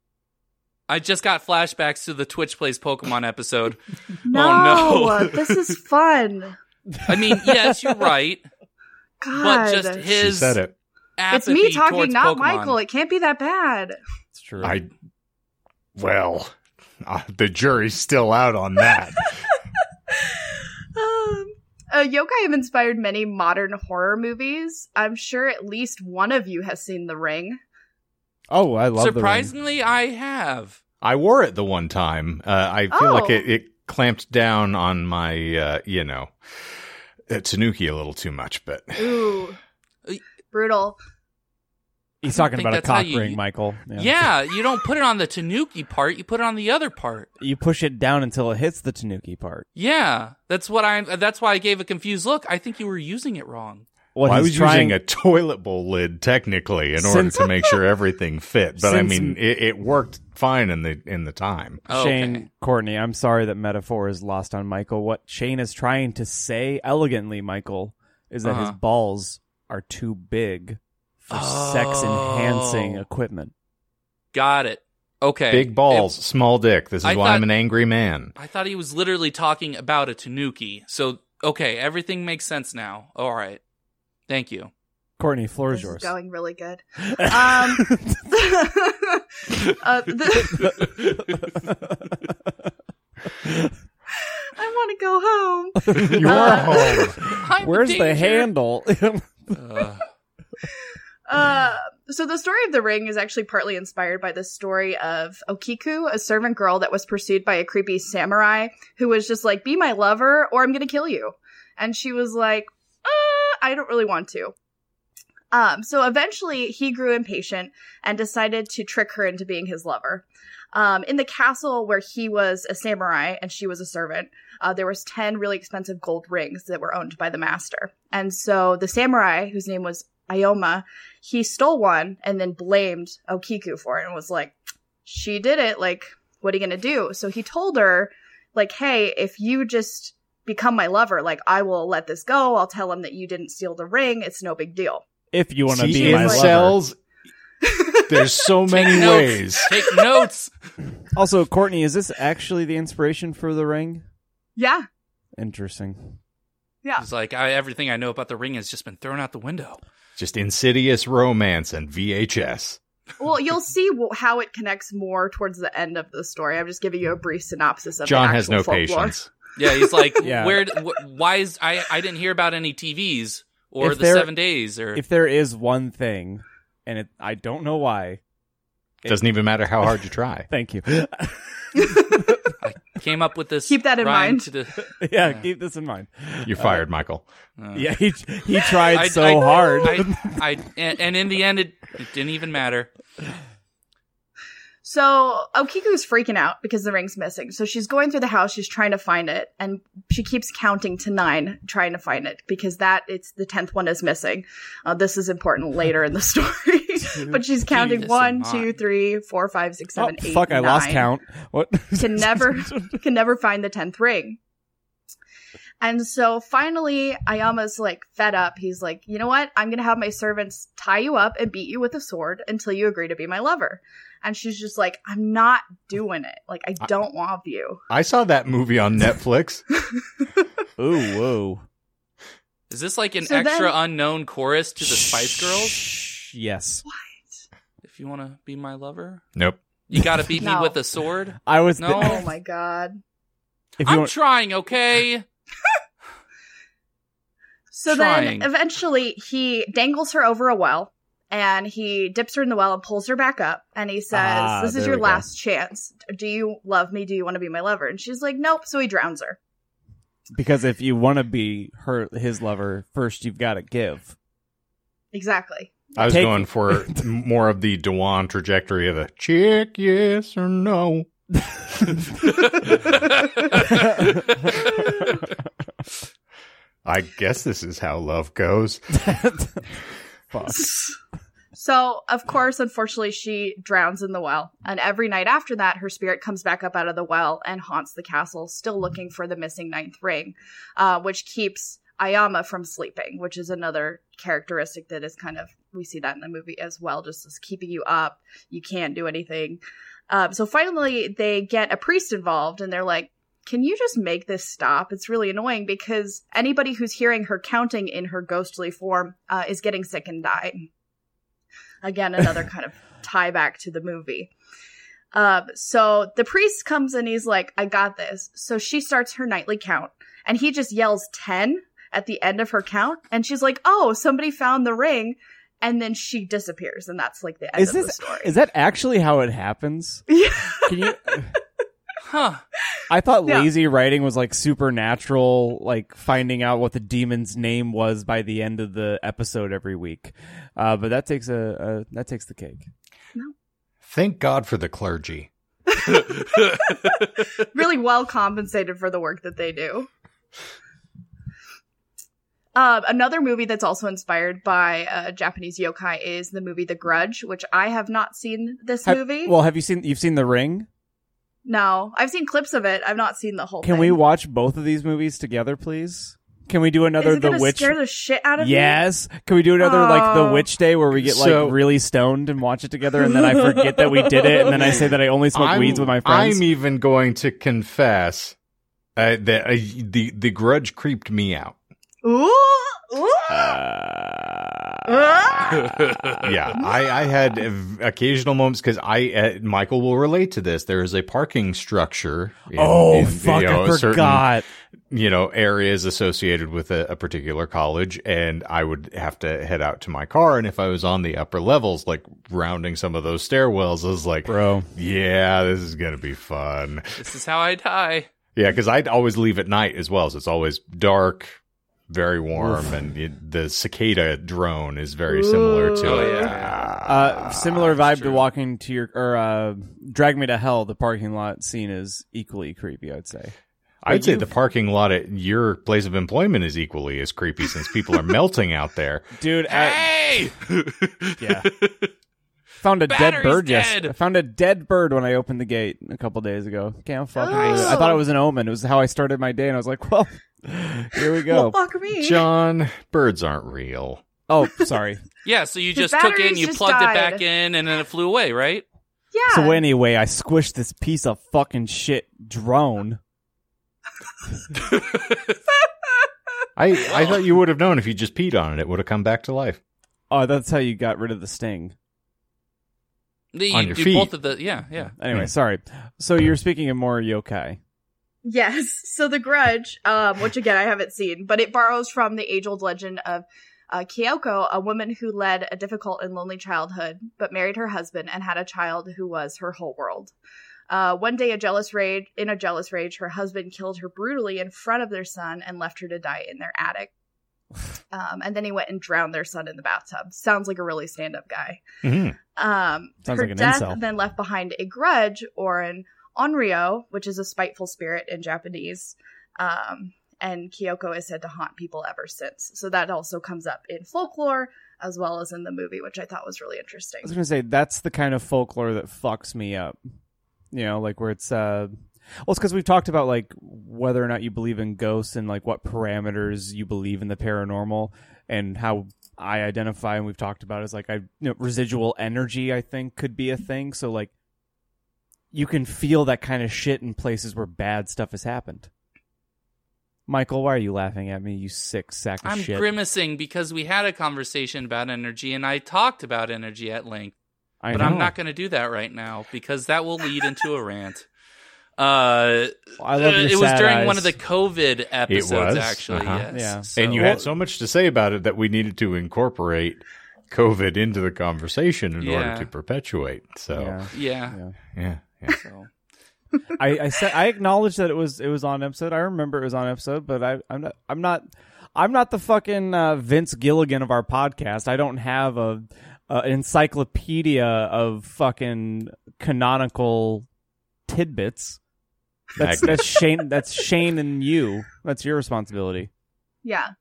S3: I just got flashbacks to the Twitch Plays Pokemon episode.
S4: No,
S3: Oh, no.
S4: this is fun.
S3: I mean, yes, you're right,
S4: God.
S3: but just
S2: she
S3: his
S2: said it.
S4: it's
S3: apathy
S4: me talking,
S3: towards
S4: not
S3: Pokemon.
S4: Michael. It can't be that bad.
S1: It's true.
S2: I. Well, uh, the jury's still out on that.
S4: Um, uh, yokai have inspired many modern horror movies. I'm sure at least one of you has seen The Ring.
S1: oh, I love the
S3: Surprisingly, I have.
S2: I wore it the one time. Uh, I feel
S4: Oh.
S2: like it, it clamped down on my, uh, you know, uh, Tanuki a little too much, but
S4: Ooh.
S3: Oy.
S4: Brutal.
S1: He's
S3: don't
S1: talking
S3: think
S1: about a
S3: that's how
S1: cock
S3: you-
S1: ring, Michael.
S3: Yeah, you don't put it on the tanuki part, you put it on the other part.
S1: You push it down until it hits the tanuki part.
S3: Yeah, that's what I that's why I gave a confused look. I think you were using it wrong.
S1: What
S2: well, I
S1: he's
S2: was
S1: trying,
S2: using a toilet bowl lid technically in order
S1: Since-
S2: to make sure everything fit, but I
S1: Since-
S2: mean it, it worked fine in the in the time.
S3: Oh,
S1: Shane
S3: okay.
S1: Courtney. I'm sorry that metaphor is lost on Michael. What Shane is trying to say elegantly, Michael, is that his
S3: Uh-huh.
S1: balls are too big for sex enhancing
S3: Oh.
S1: equipment.
S3: Got it. Okay.
S2: Big balls, small dick. This is
S3: I
S2: why
S3: thought-
S2: I'm an angry man.
S3: I thought he was literally talking about a tanuki. So okay, everything makes sense now. All right. Thank you.
S1: Courtney, floor
S4: This
S1: is
S4: is
S1: yours.
S4: going really good. Um, uh, the- I want to go home.
S2: You're
S4: Uh,
S2: home.
S3: I'm
S1: Where's
S3: danger.
S1: the handle?
S3: Uh,
S4: Uh, so the story of the ring is actually partly inspired by the story of Okiku, a servant girl that was pursued by a creepy samurai who was just like, "Be my lover, or I'm gonna kill you," and she was like, uh, "I don't really want to." Um, so eventually, he grew impatient and decided to trick her into being his lover. Um, in the castle where he was a samurai and she was a servant, uh, there was 10 really expensive gold rings that were owned by the master. And so the samurai, whose name was Ioma, he stole one and then blamed Okiku for it and was like, she did it. Like, what are you going to do? So he told her, like, hey, if you just become my lover, like, I will let this go. I'll tell him that you didn't steal the ring. It's no big deal.
S1: if you want to
S2: See,
S1: be my lover.
S2: incels, There's so many
S3: notes.
S2: ways.
S3: take notes.
S1: Also, Courtney, is this actually the inspiration for the ring?
S4: Yeah.
S1: Interesting.
S3: It's like I, everything I know about the ring has just been thrown out the window.
S2: Just insidious romance and VHS.
S4: Well, you'll see w- how it connects more towards the end of the story. I'm just giving you a brief synopsis of
S2: John
S4: the
S2: has
S4: actual
S2: no
S4: folklore.
S2: patience.
S3: Yeah, he's like,
S1: Yeah.
S3: where? Wh- why is I? I didn't hear about any TVs or
S1: If
S3: the
S1: there-
S3: seven days or
S1: If there is one thing, and it, I don't know why.
S2: It doesn't even matter how hard you try.
S1: Thank you.
S3: came up with this.
S4: Keep that in
S3: rhyme
S4: mind.
S3: To the,
S1: yeah,
S3: Yeah.
S1: keep this in mind.
S2: You're fired, Michael.
S3: uh,
S1: Yeah, he he tried
S3: I-
S1: so
S3: I-
S1: hard.
S3: I, I and, and in the end, it, it didn't even matter.
S4: So Okiku's freaking out because the ring's missing. So she's going through the house, she's trying to find it, and she keeps counting to nine, trying to find it because that it's the tenth one is missing. Uh, this is important later in the story, but she's counting
S3: this
S4: one,
S3: in
S4: two,
S3: mind.
S4: three, four, five, six,
S1: oh,
S4: seven, eight,
S1: fuck! I lost
S4: nine.
S1: count. What?
S4: Can never can never find the tenth ring. And so finally, Ayama's like fed up. He's like, you know what? I'm gonna have my servants tie you up and beat you with a sword until you agree to be my lover. And she's just like, I'm not doing it. Like, I don't want you.
S2: I saw that movie on Netflix.
S1: Ooh, whoa!
S3: Is this like an
S4: So then-
S3: extra unknown chorus to the Spice Girls?
S1: Shh, Yes,
S3: If you want to be my lover,
S2: Nope.
S3: you got to beat
S4: No.
S3: me with a sword.
S1: I was.
S3: No.
S4: Oh my god.
S1: If you
S3: I'm
S1: want,
S3: trying, okay.
S4: So
S3: Trying.
S4: then eventually he dangles her over a well and he dips her in the well and pulls her back up and he says,
S1: Ah,
S4: This is
S1: there
S4: your
S1: we go.
S4: last chance. Do you love me? Do you want to be my lover? And she's like, Nope. So he drowns her.
S1: because if you want to be her, his lover, first you've got to give.
S4: Exactly.
S2: I was
S1: Take-
S2: going for more of the Dewan trajectory of the chick, yes or no. I guess this is how love goes.
S1: Fuck.
S4: So, of course, unfortunately, she drowns in the well. And every night after that, her spirit comes back up out of the well and haunts the castle, still looking for the missing ninth ring, uh, which keeps Ayama from sleeping, which is another characteristic that is kind of, we see that in the movie as well, just as keeping you up. You can't do anything. Um, so finally, they get a priest involved and they're like, can you just make this stop? It's really annoying because anybody who's hearing her counting in her ghostly form uh, is getting sick and dying. Again, another kind of tie back to the movie. Um, so the priest comes and he's like, I got this. So she starts her nightly count and he just yells 10 at the end of her count. And she's like, Oh, somebody found the ring. And then she disappears. And that's like the end
S1: Is
S4: of the
S1: this
S4: story.
S1: is that actually how it happens?
S4: Yeah.
S1: Can you?
S3: huh?
S1: I thought
S4: Yeah.
S1: lazy writing was like supernatural, like finding out what the demon's name was by the end of the episode every week. Uh, but that takes a, a that takes the cake.
S2: Thank God for the clergy.
S4: really well compensated for the work that they do. Um, another movie that's also inspired by uh, Japanese yokai is the movie The Grudge, which I have not seen this
S1: Have-
S4: movie.
S1: Well, have you seen you've seen The Ring?
S4: no, I've seen clips of it. I've not seen the whole.
S1: Can
S4: thing.
S1: we watch both of these movies together, please? Can we do another
S4: Is it
S1: The
S4: gonna
S1: Witch?
S4: scare the shit out of me?
S1: Yes. Can we do another like the
S4: Oh.
S1: witch day where we get like
S2: So-
S1: really stoned and watch it together, and then I forget that we did it, and then I say that I only smoke
S2: I'm-
S1: weeds with my friends.
S2: I'm even going to confess uh, that uh, the the grudge creeped me out.
S4: Ooh, ooh. Ah!
S1: Uh,
S2: yeah, I, I had ev- occasional moments because I uh, Michael will relate to this. There is a parking structure. in-
S1: oh
S2: in,
S1: fuck!
S2: you know,
S1: I
S2: certain,
S1: forgot.
S2: you know areas associated with a, a particular college, and I would have to head out to my car. And if I was on the upper levels, like rounding some of those stairwells, I was like,
S1: bro.
S2: "Yeah, this is gonna be fun."
S3: this is how I die.
S2: Yeah, because I'd always leave at night as well, so it's always dark, very warm, and it, the cicada drone is very similar to
S4: Ooh.
S3: Oh,
S2: it. Ah.
S3: yeah.
S1: Uh, similar vibe to
S3: Ah, true.
S1: walking to your or uh, drag me to hell. The parking lot scene is equally creepy. I'd say.
S2: I'd say
S1: You've-
S2: the parking lot at your place of employment is equally as creepy since people are melting out there.
S1: Dude, I
S3: Hey!
S1: Yeah. found a dead
S3: Battery's
S1: bird. Yes,
S3: dead!
S1: I found a dead bird when I opened the gate a couple days ago. Can't fucking. believe it. I
S4: Nice.
S1: thought it was an omen. It was how I started my day, and I was like, "Well, here we go."
S4: Well, fuck me.
S2: John, birds aren't real.
S1: oh, sorry.
S3: yeah, so you
S4: The
S3: just took it and
S4: batteries
S3: you
S4: just
S3: plugged it
S4: died.
S3: back in and then it flew away, right?
S4: yeah.
S1: So anyway, I squished this piece of fucking shit drone.
S2: I, I thought you would have known if you just peed on it, it would have come back to life.
S1: Oh, that's how you got rid of the sting.
S3: The-
S2: On
S3: you
S2: your
S3: do
S2: feet.
S3: both of the yeah, yeah.
S1: Anyway,
S2: Hmm.
S1: sorry. So you're speaking of more yokai.
S4: Yes. So The Grudge, um, which again I haven't seen, but it borrows from the age old legend of uh, Kyoko, a woman who led a difficult and lonely childhood, but married her husband and had a child who was her whole world. Uh, one day, a jealous rage in a jealous rage, her husband killed her brutally in front of their son and left her to die in their attic. Um, and then he went and drowned their son in the bathtub. Sounds like a really stand up guy.
S1: Mm-hmm.
S2: Mhm.
S4: Um,
S1: Sounds
S4: her
S1: like an
S4: death
S1: incel.
S4: then left behind a grudge or an onryo, which is a spiteful spirit in Japanese. Um, and Kyoko is said to haunt people ever since. So that also comes up in folklore as well as in the movie, which I thought was really interesting.
S1: I was gonna say that's the kind of folklore that fucks me up. You know, like where it's uh well, it's because we've talked about like whether or not you believe in ghosts and like what parameters you believe in the paranormal and how I identify. And we've talked about is like I you know, residual energy. I think could be a thing. So like you can feel that kind of shit in places where bad stuff has happened. Michael, why are you laughing at me? You sick sack of
S3: I'm
S1: Oh, shit.
S3: grimacing because we had a conversation about energy and I talked about energy at length,
S1: I
S3: but
S1: know.
S3: I'm not going to do that right now because that will lead into a rant. Uh,
S1: I love
S3: uh,
S1: your
S3: it was
S1: sad
S3: during one
S1: eyes.
S3: of the COVID episodes,
S2: was?
S3: actually.
S2: Uh-huh.
S3: Yes.
S1: Yeah.
S3: So-
S2: and you had so much to say about it that we needed to incorporate COVID into the conversation in order
S3: Yeah.
S2: to perpetuate. So,
S1: Yeah,
S3: yeah.
S1: yeah.
S2: yeah. yeah.
S3: So.
S1: I, I said I acknowledge that it was it was on episode. I remember it was on episode, but I, I'm not I'm not I'm not the fucking uh, Vince Gilligan of our podcast. I don't have a, a encyclopedia of fucking canonical tidbits. That's
S2: Magnet.
S1: that's Shane. That's Shane and you. That's your responsibility.
S4: yeah.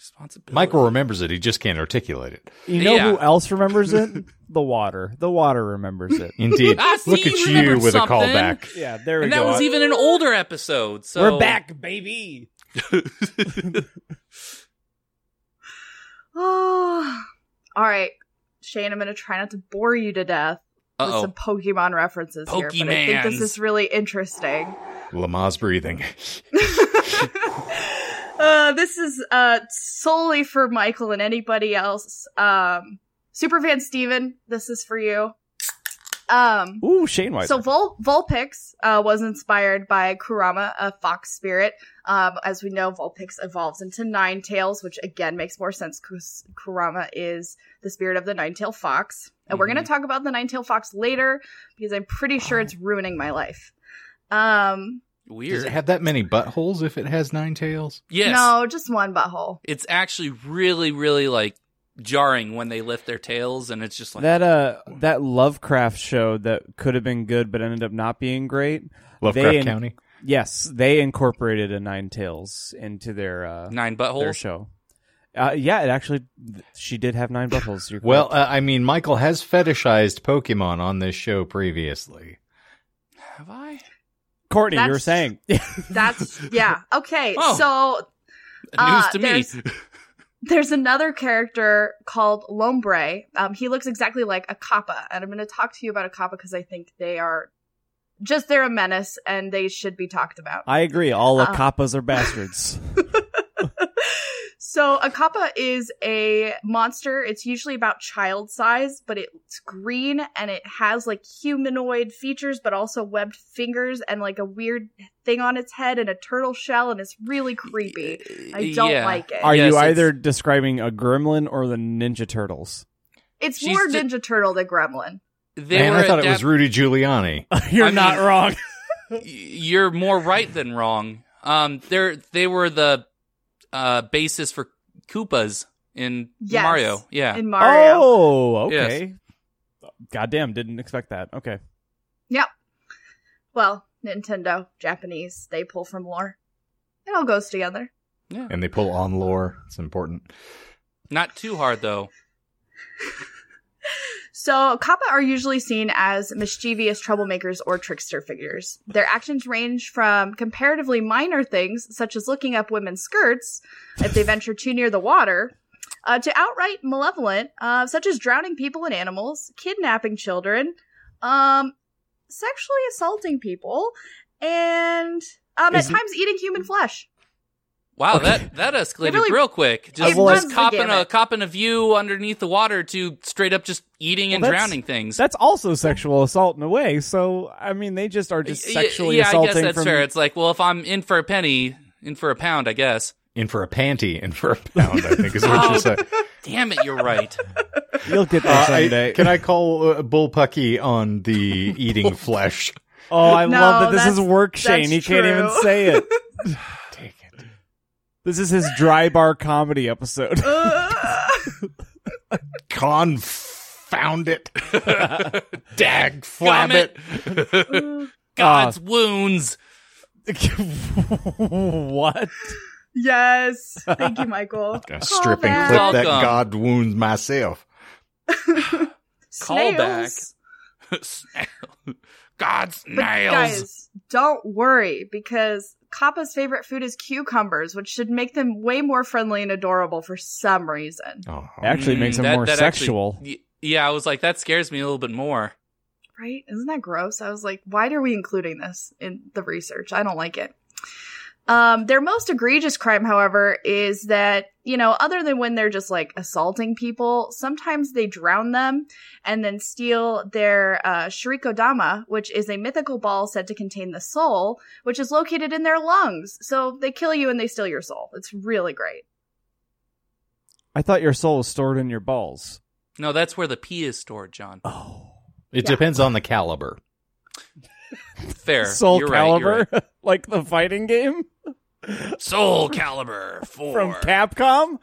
S3: Responsibility.
S2: Michael remembers it, he just can't articulate it.
S1: You know
S3: Yeah.
S1: who else remembers it? the water. The water remembers it.
S2: Indeed.
S3: Ah, see,
S2: Look at
S3: you
S2: you
S3: remembered
S2: with
S3: something.
S2: a callback.
S1: Yeah, there we
S3: And
S1: go. Uh,
S3: that was even an older episode. So
S1: We're back, baby.
S4: Oh. All right, Shane, I'm going to try not to bore you to death with some
S3: Uh-oh.
S4: Pokemon references here, but I think this
S3: Pokemans.
S4: is really interesting.
S2: Lama's breathing.
S4: uh, this is uh, solely for Michael and anybody else. Um, Superfan Steven, this is for you. Um,
S1: Ooh, Shane White.
S4: so Vol- Vulpix uh, was inspired by Kurama, a fox spirit. Um, as we know, Vulpix evolves into Nine Tails, which again makes more sense because Kurama is the spirit of the nine-tailed fox. And we're going to talk about the nine-tailed fox later because I'm pretty sure it's ruining my life. Um,
S2: Does
S3: Weird.
S2: it have that many buttholes if it has nine tails?
S3: yes.
S4: No, just one butthole.
S3: It's actually really, really like jarring when they lift their tails, and it's just like
S1: That uh, that Lovecraft show that could have been good but ended up not being great.
S2: Lovecraft
S1: in-
S2: County.
S1: Yes, they incorporated a Nine Tails into their uh,
S3: nine
S1: their
S3: buttholes.
S1: show. Uh, yeah, it actually she did have nine buttholes. You're
S2: Well,
S1: correct.
S2: uh, I mean, Michael has fetishized Pokemon on this show previously.
S3: Have I?
S1: Courtney, you were
S4: that's-
S1: saying
S4: That's yeah. Okay.
S3: Oh.
S4: So Uh,
S3: News to me.
S4: there's another character called Lombre. Um, he looks exactly like a kappa, and I'm going to talk to you about a kappa because I think they are just they're a menace and they should be talked about.
S1: I agree. All
S4: Uh.
S1: Akapas are bastards.
S4: so a kappa is a monster. It's usually about child size, but it's green and it has like humanoid features, but also webbed fingers and like a weird thing on its head and a turtle shell, and it's really creepy. I don't
S3: Yeah.
S4: like it.
S1: Are
S3: Yes,
S1: you
S3: it's-
S1: either describing a gremlin or the Ninja Turtles?
S4: It's
S3: She's
S4: more
S3: ju-
S4: Ninja Turtle than Gremlin.
S3: They
S2: Man,
S3: were
S2: I thought it was
S3: adapt-
S2: Rudy Giuliani.
S1: You're
S3: I
S1: not
S3: mean-
S1: wrong.
S3: Y- You're more right than wrong. Um, they're they were the uh basis for Koopas in
S4: Yes.
S3: Mario. Yeah.
S4: in Mario.
S1: Oh,
S3: Yes.
S1: okay. Goddamn, didn't expect that. Okay.
S4: Well, Nintendo, Japanese, they pull from lore. It all goes together.
S2: And they pull on lore. It's important.
S3: Not too hard though.
S4: So, kappa are usually seen as mischievous troublemakers or trickster figures. Their actions range from comparatively minor things, such as looking up women's skirts if they venture too near the water, uh, to outright malevolent, uh, such as drowning people and animals, kidnapping children, um, sexually assaulting people, and um, at
S1: Is it-
S4: times eating human flesh.
S3: Wow,
S1: Okay.
S3: that that escalated
S4: really-
S3: real quick. Just,
S1: well,
S3: just
S4: it's-
S3: copping a
S4: gamut.
S3: copping a view underneath the water to straight up just eating and
S1: Well, that's-
S3: drowning things.
S1: That's also sexual assault in a way. So, I mean, they just are just
S3: Y-
S1: sexually
S3: yeah, I
S1: assaulting
S3: guess that's
S1: from
S3: fair. It's like, well, if I'm in for a penny, in for a pound, I guess.
S2: In for a panty, in for a pound, I think is
S3: Oh.
S2: what you said.
S3: Damn it, you're right.
S1: Ah. You'll get
S2: Uh,
S1: that someday.
S2: I, can I call uh, Bullpucky on the eating flesh?
S1: oh, I
S4: No,
S1: love that this is
S4: that's-
S1: work, Shane.
S4: that's
S1: He can't even
S4: true.
S1: say it.
S2: Take it.
S1: This is his dry bar comedy episode.
S2: Confound it. Dag flam
S3: Damn
S2: it.
S3: it. God's wounds.
S1: what?
S4: Yes. Thank you, Michael.
S2: Gonna strip and
S4: Callback.
S2: clip that
S3: Oh, Welcome.
S2: God wounds myself.
S4: Snails.
S3: God's
S4: But
S3: nails.
S4: guys, don't worry because Kappa's favorite food is cucumbers, which should make them way more friendly and adorable for some reason.
S2: Oh,
S1: Actually makes him
S3: Mm, that-
S1: more
S3: that actually-
S1: sexual.
S3: Y- yeah, I was like, that scares me a little bit more.
S4: Right? Isn't that gross? I was like, why are we including this in the research? I don't like it. Um, their most egregious crime, however, is that, you know, other than when they're just like assaulting people, sometimes they drown them and then steal their uh, shirikodama, which is a mythical ball said to contain the soul, which is located in their lungs. So they kill you and they steal your soul. It's really great.
S1: I thought your soul was stored in your balls.
S3: No, that's where the pee is stored, John.
S1: Oh.
S2: It
S4: Yeah.
S2: depends on the caliber.
S3: Fair.
S1: Soul
S3: You're right, you're
S1: Caliber?
S3: right.
S1: like the fighting game?
S3: Soul Caliber 4.
S1: From Capcom?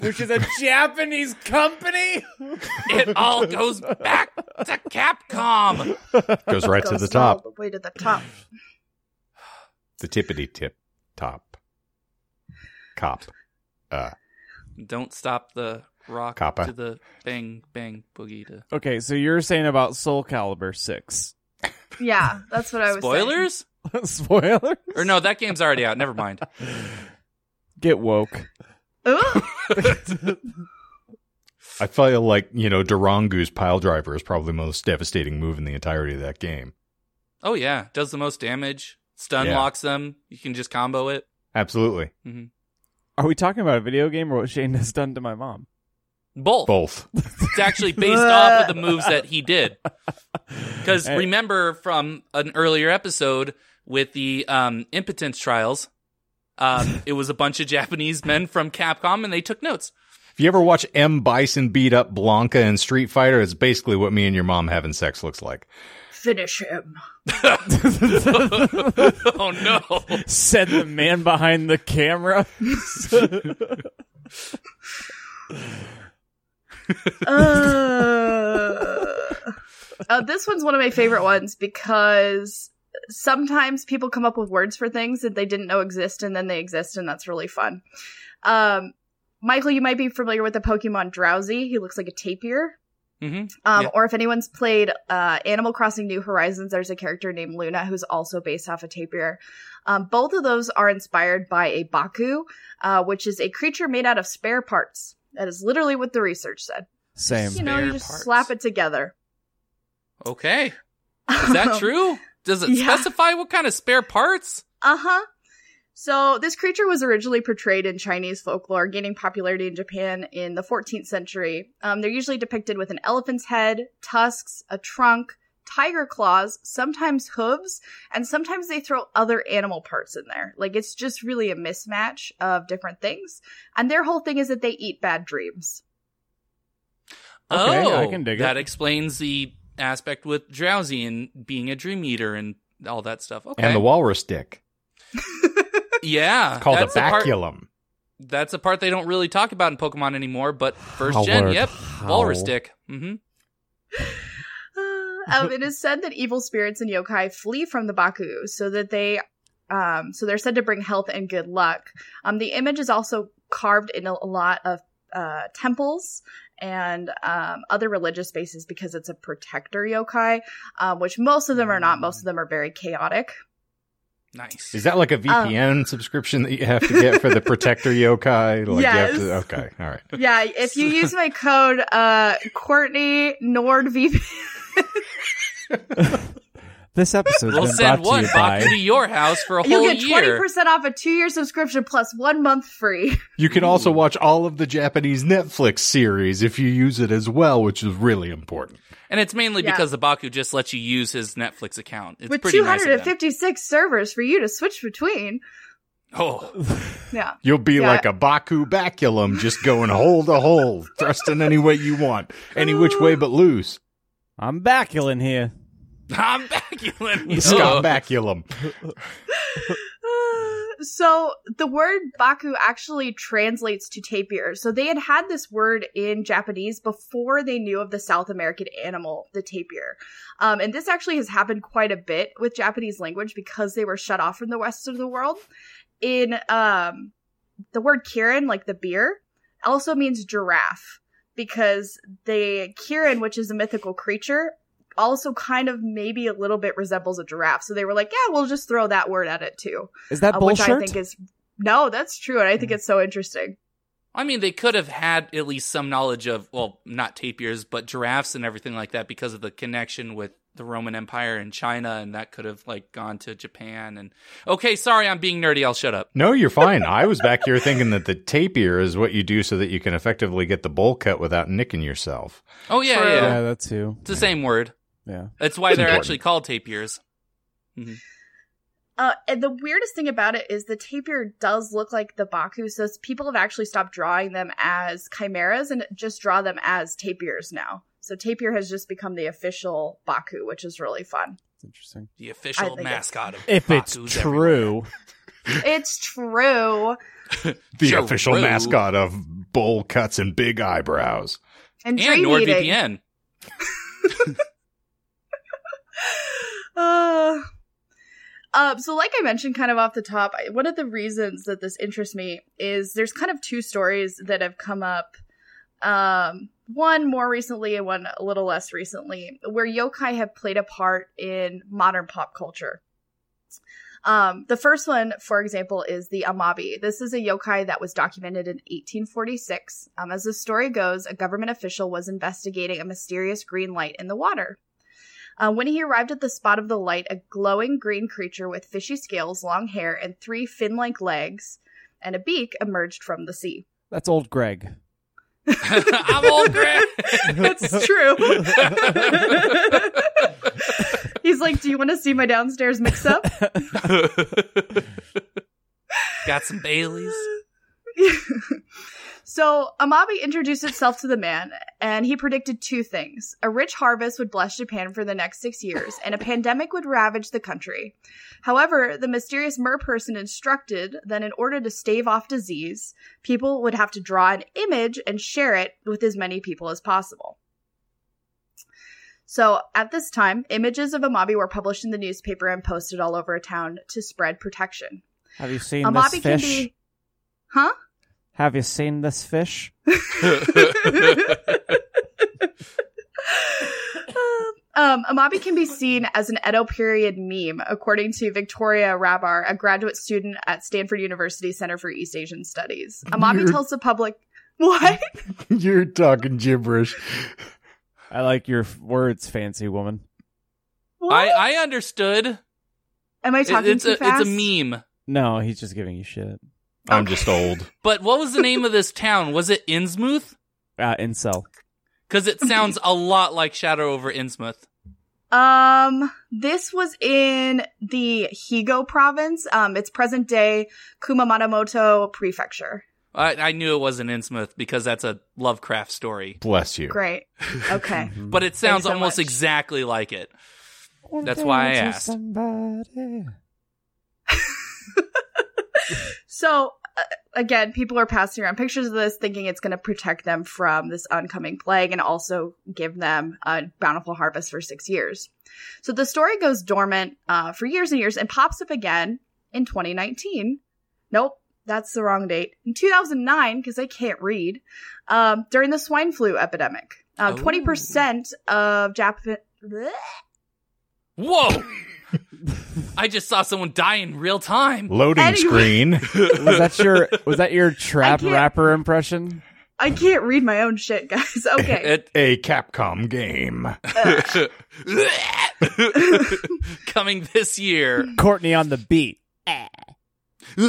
S1: Which is a Japanese company?
S3: it all goes back to Capcom.
S2: Goes right to
S4: Goes
S2: the
S4: all
S2: top.
S4: the way to the top.
S2: The tippity tip top. Cop. Uh,
S3: Don't stop the rock
S2: Kappa.
S3: to the bang bang boogie to
S1: Okay, so you're saying about Soul Caliber 6.
S4: Yeah, that's what I was saying.
S3: spoilers?
S1: Spoiler?
S3: Or no, that game's already out. Never mind.
S1: Get woke.
S4: Ooh.
S2: I feel like, you know, Durangu's pile driver is probably the most devastating move in the entirety of that game.
S3: Oh yeah, does the most damage. Stun
S2: Yeah.
S3: locks them. You can just combo it.
S2: Absolutely.
S1: Are we talking about a video game or what Shane has done to my mom?
S3: Both.
S2: Both.
S3: It's actually based off of the moves that he did. Because
S1: Hey.
S3: remember from an earlier episode with the um, impotence trials, um, it was a bunch of Japanese men from Capcom, and they took notes.
S2: If you ever watch M. Bison beat up Blanca in Street Fighter, it's basically what me and your mom having sex looks like.
S4: finish him.
S3: oh no.
S1: Said the man behind the camera.
S4: Um, uh, uh, this one's one of my favorite ones because sometimes people come up with words for things that they didn't know exist and then they exist, and that's really fun. Um, Michael, you might be familiar with the Pokemon Drowsy. He looks like a tapir.
S3: hmm
S4: Um,
S3: Yeah.
S4: Or if anyone's played uh, Animal Crossing New Horizons, there's a character named Luna who's also based off a tapir. Um, both of those are inspired by a Baku, uh, which is a creature made out of spare parts. That is literally what the research said.
S1: Same.
S4: You know, you
S3: Spare
S4: just
S3: parts.
S4: slap it together.
S3: Okay. Is that true? Does it
S4: Yeah.
S3: specify what kind of spare parts?
S4: Uh huh. So, this creature was originally portrayed in Chinese folklore, gaining popularity in Japan in the 14th century. Um, they're usually depicted with an elephant's head, tusks, a trunk, tiger claws, sometimes hooves, and sometimes they throw other animal parts in there. Like, it's just really a mismatch of different things. And their whole thing is that they eat bad dreams.
S1: Okay,
S3: oh,
S1: I can dig it.
S3: that explains the aspect with drowsy and being a dream eater and all that stuff. Okay.
S2: And the walrus dick.
S3: yeah,
S2: It's called
S3: that's
S2: a
S3: the part-
S2: baculum.
S3: that's a part they don't really talk about in Pokemon anymore. But first gen,
S2: Howard.
S3: yep, walrus
S2: How-
S3: dick. hmm
S4: um, it is said that evil spirits and yokai flee from the Baku, so that they, um, so they're said to bring health and good luck. Um, the image is also carved in a, a lot of uh, temples and um, other religious spaces because it's a protector yokai, um, which most of them are not. Most of them are very chaotic.
S3: Nice.
S2: Is that like a VPN subscription that you have to get for the protector yokai? Like
S4: Yes.
S2: you have to, okay, all right.
S4: Yeah, if you use my code uh, Courtney NordVPN.
S1: This episode's
S3: we'll
S1: been
S3: send
S1: brought
S3: one
S1: to you by
S3: Baku to your house for a whole
S4: You'll get twenty
S3: year.
S4: percent off a two-year subscription plus one month free.
S2: You can
S3: Ooh.
S2: also watch all of the Japanese Netflix series if you use it as well, which is really important.
S3: And it's mainly
S4: Yeah.
S3: because the Baku just lets you use his Netflix account. It's
S4: with
S3: pretty nice of them.
S4: 256 servers for you to switch between.
S3: Oh,
S4: Yeah.
S2: You'll be
S4: Yeah.
S2: like a Baku baculum, just going hole to hole, thrusting any way you want, any which way but loose.
S1: I'm baculing here.
S3: I'm back, you let me
S2: Scott
S3: know.
S2: baculum.
S4: So the word Baku actually translates to tapir. So they had had this word in Japanese before they knew of the South American animal, the tapir. Um, and this actually has happened quite a bit with Japanese language because they were shut off from the rest of the world. In um, the word Kirin, like the beer, also means giraffe because the Kirin, which is a mythical creature, also kind of maybe a little bit resembles a giraffe. So they were like, yeah, we'll just throw that word at it too.
S1: Is that
S4: Uh, which
S1: bullshit?
S4: I think is no, that's true, and I think it's so interesting.
S3: I mean, they could have had at least some knowledge of, well, not tapirs, but giraffes and everything like that because of the connection with the Roman Empire and China, and that could have, like, gone to Japan. And, okay, sorry, I'm being nerdy. I'll shut up.
S2: No, you're fine. I was back here thinking that the tapir is what you do so that you can effectively get the bowl cut without nicking yourself.
S3: Oh, yeah,
S4: True.
S3: yeah.
S1: yeah, that too.
S3: It's the same word.
S1: Yeah.
S3: That's why
S2: It's
S3: they're
S2: important.
S3: actually called tapirs.
S4: Uh, and the weirdest thing about it is the tapir does look like the Baku, so s- people have actually stopped drawing them as chimeras and just draw them as tapirs now. So tapir has just become the official Baku, which is really fun.
S1: It's interesting.
S3: The
S4: I
S3: official
S4: think
S3: mascot of
S1: If it's
S3: Baku's everywhere.
S1: true,
S4: it's true.
S2: The
S3: Sure,
S2: official
S3: bro.
S2: mascot of bowl cuts and big eyebrows.
S4: And,
S3: And
S4: dream eating.
S3: NordVPN.
S4: Uh, um, so, like I mentioned, kind of off the top, I, one of the reasons that this interests me is there's kind of two stories that have come up. Um, one more recently and one a little less recently, where yokai have played a part in modern pop culture. Um, the first one, for example, is the Amabi. This is a yokai that was documented in 1846. Um, as the story goes, a government official was investigating a mysterious green light in the water. Uh, when he arrived at the spot of the light, a glowing green creature with fishy scales, long hair, and three fin like legs and a beak emerged from the sea.
S1: that's old Greg.
S3: I'm old, Greg.
S4: It's true. He's like, Do you want to see my downstairs mix up?
S3: Got some Baileys.
S4: So Amabi introduced itself to the man, and he predicted two things. A rich harvest would bless Japan for the next six years, and a pandemic would ravage the country. However, the mysterious mer person instructed that in order to stave off disease, people would have to draw an image and share it with as many people as possible. So at this time, images of Amabi were published in the newspaper and posted all over town to spread protection.
S1: Have you seen this
S4: Amabi can
S1: fish?
S4: be, huh?
S1: Have you seen this fish?
S4: um, Amabi can be seen as an Edo period meme, according to Victoria Rabar, a graduate student at Stanford University Center for East Asian Studies. Amabi
S5: You're-
S4: tells the public, "What?
S5: You're talking gibberish.
S1: I like your f- words, fancy woman.
S4: what?
S3: I, I understood.
S4: Am I
S3: It-
S4: talking
S3: it's
S4: too
S3: a
S4: fast?"
S3: it's a meme.
S1: No, he's just giving you shit.
S2: I'm just old.
S3: But what was the name of this town? Was it Innsmouth?
S1: Uh, incel.
S3: Because it sounds a lot like Shadow over Innsmouth.
S4: Um, this was in the Higo province. Um, it's present day Kumamoto Prefecture.
S3: I, I knew it wasn't Innsmouth because that's a Lovecraft story.
S2: Bless you.
S4: Great. Okay.
S1: Mhm.
S3: But it sounds
S4: so
S3: almost
S4: much.
S3: exactly like it.
S1: One
S3: that's
S1: day
S3: why I
S1: to
S3: asked.
S1: somebody.
S4: So uh, again, people are passing around pictures of this, thinking it's going to protect them from this oncoming plague and also give them a bountiful harvest for six years. So the story goes dormant uh, for years and years and pops up again in 2019. Nope, that's the wrong date. In 2009, because I can't read, um, during the swine flu epidemic, uh,
S3: Oh.
S4: 20% of Japan.
S3: Whoa! I just saw someone die in real time.
S2: Loading
S4: Anyway.
S2: screen.
S1: Was that your was that your trap
S4: can't-
S1: rapper impression?
S4: I can't read my own shit, guys. Okay.
S3: It,
S2: A Capcom game.
S3: coming this year.
S1: Courtney on the beat.
S3: No,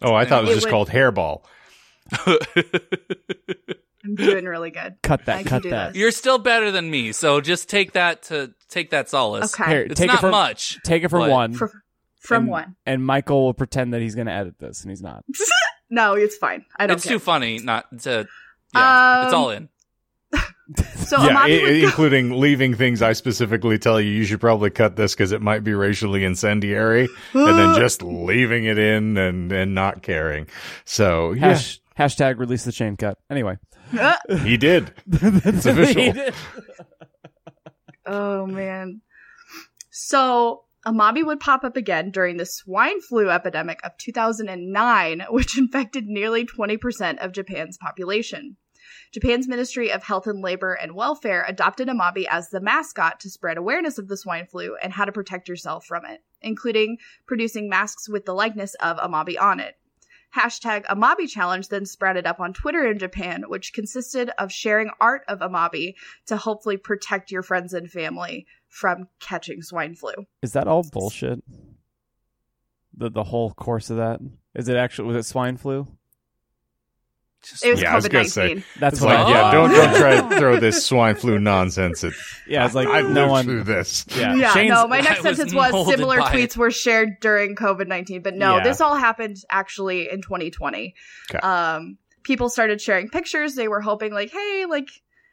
S2: Oh, I thought Oh, it was
S4: It
S2: just
S4: would-
S2: called Hairball.
S4: I'm doing really good.
S1: Cut that.
S4: I can
S1: cut
S4: do
S1: that.
S4: this.
S3: You're still better than me, so just take that to take that solace.
S4: Okay.
S1: Here,
S3: It's
S1: take
S3: not
S1: it from
S3: much.
S1: take it from
S3: but-
S1: one.
S4: Fr- from
S1: and-
S4: one.
S1: And Michael will pretend that he's going to edit this, and he's not.
S4: No, it's fine. I don't.
S3: It's
S4: care.
S3: too funny not to. Yeah, it's
S4: Um,
S3: all in.
S4: So
S2: yeah,
S4: Amabi
S2: i-
S4: would
S2: i-
S4: go-
S2: including leaving things I specifically tell you you should probably cut this because it might be racially incendiary, and then just leaving it in and and not caring. So yeah,
S1: Hash, Hashtag release the chain cut. Anyway,
S4: Uh,
S2: he did.
S1: it's
S2: official.
S4: oh man. So Amabi would pop up again during the swine flu epidemic of 2009, which infected nearly 20% of Japan's population. Japan's Ministry of Health and Labor and Welfare adopted Amabi as the mascot to spread awareness of the swine flu and how to protect yourself from it, including producing masks with the likeness of Amabi on it. Hashtag Amabi Challenge then sprouted up on Twitter in Japan, which consisted of sharing art of Amabi to hopefully protect your friends and family from catching swine flu.
S1: Is that all bullshit? The the whole course of that is it actually was it swine flu?
S3: Just-
S4: It was
S2: Yeah, I was
S4: COVID
S2: gonna say.
S4: 19.
S1: That's
S2: It's
S1: what
S2: like,
S1: I
S3: Oh.
S2: yeah,
S1: thought.
S2: don't, don't try to throw this swine flu nonsense. At,
S1: Yeah, it's like
S2: I
S1: no
S2: lived
S1: one.
S2: through this.
S1: Yeah,
S4: Yeah,
S1: Shane's-
S4: no, my
S3: I
S4: next
S3: was
S4: sentence was
S3: molded
S4: similar
S3: by
S4: tweets
S3: it.
S4: were shared during COVID 19, but no,
S1: Yeah.
S4: this all happened actually in 2020.
S2: Okay.
S4: Um, people started sharing pictures. They were hoping, like, hey, like,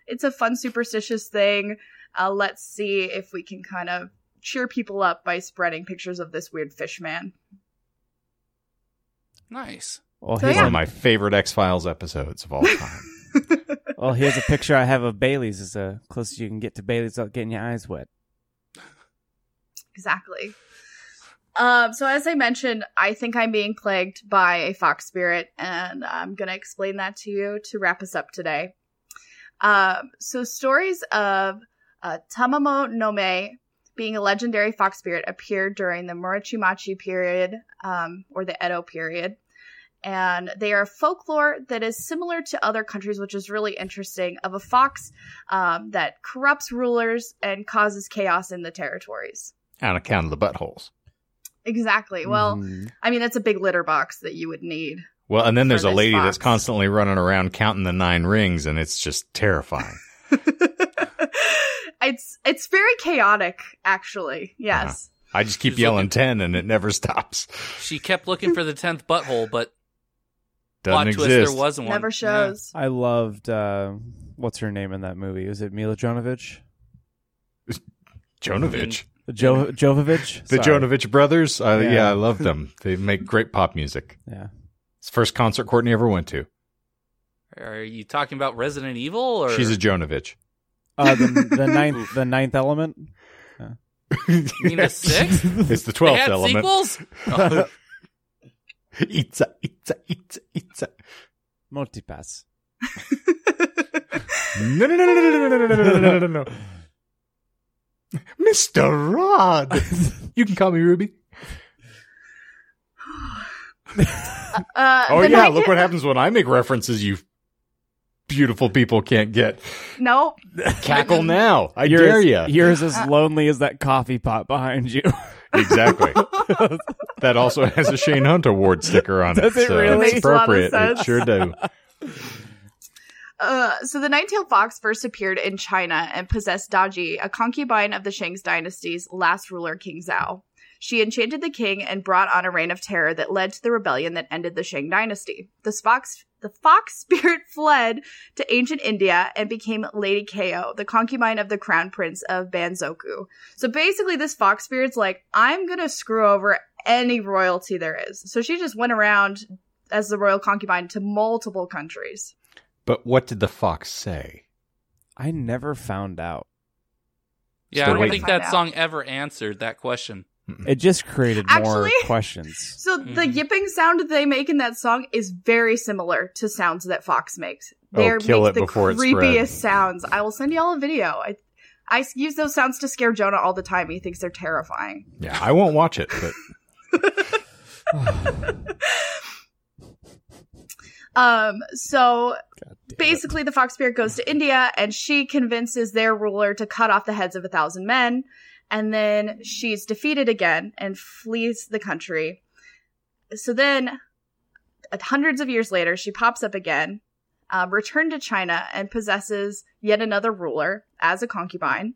S4: it's a fun, superstitious thing. Uh, let's see if we can kind of cheer people up by spreading pictures of this weird fish man.
S3: nice.
S1: Well,
S4: So,
S1: here's
S2: One
S4: yeah.
S2: of my favorite X Files episodes of all time.
S1: a, well, here's a picture I have of Bailey's. Is the closest you can get to Bailey's without getting your eyes wet.
S4: Exactly. Um, so as I mentioned, I think I'm being plagued by a fox spirit, and I'm gonna explain that to you to wrap us up today. Um, so stories of uh, Tamamo no Me being a legendary fox spirit appeared during the Murochimachi period, um, or the Edo period, and they are folklore that is similar to other countries, which is really interesting. Of a fox um, that corrupts rulers and causes chaos in the territories.
S2: On account of the buttholes.
S4: Exactly.
S2: Mm-hmm.
S4: Well,
S1: Mhm.
S4: I mean, that's a big litter box that you would need.
S2: Well, and then
S4: For
S2: there's a
S4: this
S2: lady
S4: box.
S2: that's constantly running around counting the nine rings, and it's just terrifying.
S4: it's it's very chaotic, actually. Yes.
S2: I just keep
S3: She's
S2: yelling 10 and it never stops.
S3: She kept looking for the tenth butthole, but
S2: Doesn't
S3: Plot twist,
S2: exist.
S3: there wasn't one.
S4: Never shows.
S1: I loved uh, what's her name in that movie? Was it Mila Jovovich?
S2: Jonovich.
S1: Jo- Jovovich.
S2: The
S1: Sorry.
S2: Jonovich brothers. Uh, yeah.
S1: Yeah.
S2: I love them. They make great pop music.
S1: Yeah.
S2: It's the first concert Courtney ever went to.
S3: Are you talking about Resident Evil? Or
S2: She's a Jonovich.
S1: Uh, the, the ninth. The ninth element.
S3: You mean the sixth?
S2: It's the
S3: They
S2: twelfth
S3: had
S2: element.
S3: sequels? Oh,
S2: Itza, itza, itza, itza.
S1: Multipass.
S2: No, no, no, no, no, no, no, no, no, no, no, no, no, no. Mr. Rod. You can call me Ruby.
S4: Uh,
S2: Oh
S4: the
S2: yeah,
S4: night-
S2: look what happens when I make references you beautiful people can't get.
S4: No,
S2: Cackle now. I
S1: You're
S2: dare
S1: as-
S2: ya.
S1: You're as,
S4: Uh,
S1: as lonely as that coffee pot behind you.
S2: Exactly. that also has a Shane Hunt Award sticker on it.
S1: Does it
S2: so
S1: really?
S2: It's
S4: Makes a lot of
S2: appropriate. It
S4: sense.
S2: sure do.
S4: Uh, so the nine-tailed fox first appeared in China and possessed Daji, a concubine of the Shang's dynasty's last ruler, King Zhao. She enchanted the king and brought on a reign of terror that led to the rebellion that ended the Shang dynasty. The fox, the fox spirit fled to ancient India and became Lady Kao, the concubine of the crown prince of Banzoku. So basically, this fox spirit's like, I'm gonna screw over any royalty there is. So she just went around as the royal concubine to multiple countries.
S2: But what did the fox say?
S1: I never found out.
S3: yeah, I
S2: Still
S3: don't think
S4: waiting.
S3: that song ever answered that question.
S1: It just created more
S4: Actually-
S1: questions.
S4: So the
S3: Mhm.
S2: Mm.
S4: yipping sound that they make in that song is very similar to sounds that Fox makes. They
S2: Oh, kill
S4: make
S2: it
S4: the
S2: before it spread.
S4: creepiest sounds. I will send y'all a video. I I s- use those sounds to scare Jonah all the time. He thinks they're terrifying.
S2: Yeah, I won't watch it, but
S4: Um, so basically, the fox spirit goes to India, and she convinces their ruler to cut off the heads of a thousand men, and then she's defeated again and flees the country. So then, uh, hundreds of years later, she pops up again, um, returned to China, and possesses yet another ruler as a concubine.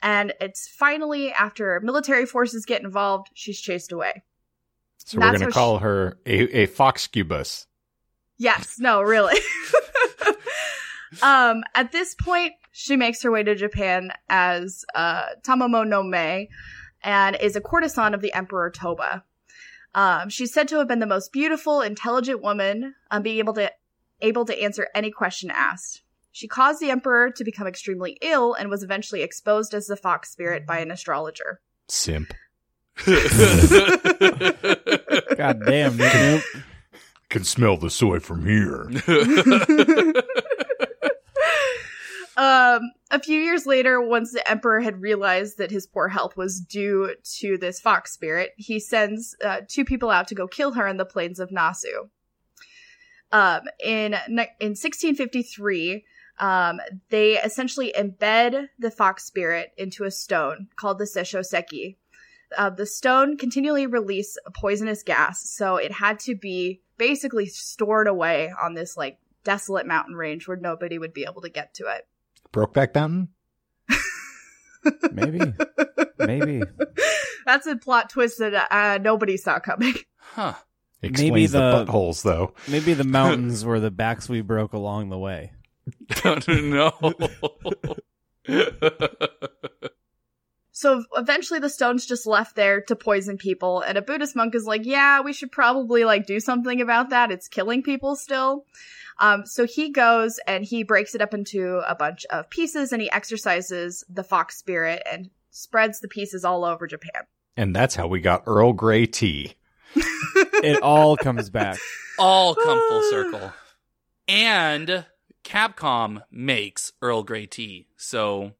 S4: And it's finally after military forces get involved, she's chased away.
S2: so we're
S4: That's
S2: gonna
S4: what
S2: call her a, a fox cubus.
S4: Yes, no, really. um, at this point, she makes her way to Japan as uh, Tamamo no Mei and is a courtesan of the Emperor Toba. Um, she's said to have been the most beautiful, intelligent woman, um, being able to able to answer any question asked. She caused the emperor to become extremely ill and was eventually exposed as the fox spirit by an astrologer.
S2: Simp.
S1: God damn, Nick Nope.
S2: Can smell the soy from here.
S4: um, a few years later, once the emperor had realized that his poor health was due to this fox spirit, he sends uh, two people out to go kill her in the plains of Nasu. Um, in ni- in 1653, um, they essentially embed the fox spirit into a stone called the Seisho Seki. Uh, the stone continually released a poisonous gas, so it had to be basically stored away on this like desolate mountain range where nobody would be able to get to it.
S2: Brokeback Mountain?
S1: Maybe. Maybe.
S4: That's a plot twist that uh, nobody saw coming.
S3: huh.
S2: Explains
S1: Maybe
S2: the
S1: the-
S2: buttholes though.
S1: Maybe the mountains were the backs we broke along the way.
S3: Don't know.
S4: So eventually the stone's just left there to poison people and a Buddhist monk is like, "Yeah, we should probably like do something about that. It's killing people still." Um, so he goes and he breaks it up into a bunch of pieces and he exercises the fox spirit and spreads the pieces all over Japan.
S2: And that's how we got Earl Grey tea.
S1: It all comes back.
S3: All come full circle. And Capcom makes Earl Grey tea. So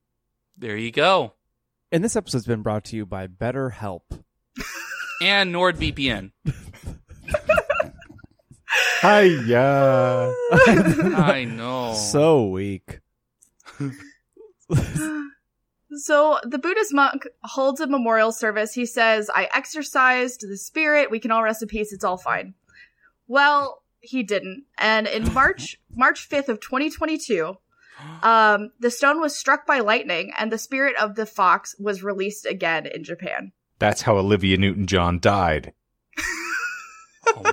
S3: there you go.
S1: And this episode's been brought to you by BetterHelp.
S3: And NordVPN.
S2: Hiya.
S1: Uh,
S3: I know.
S1: So weak.
S4: So the Buddhist monk holds a memorial service. He says, I exercised the spirit. We can all rest in peace. It's all fine. Well, he didn't. And in March, March 5th of 2022, um, the stone was struck by lightning and the spirit of the fox was released again in Japan.
S2: That's how Olivia Newton John died.
S3: Oh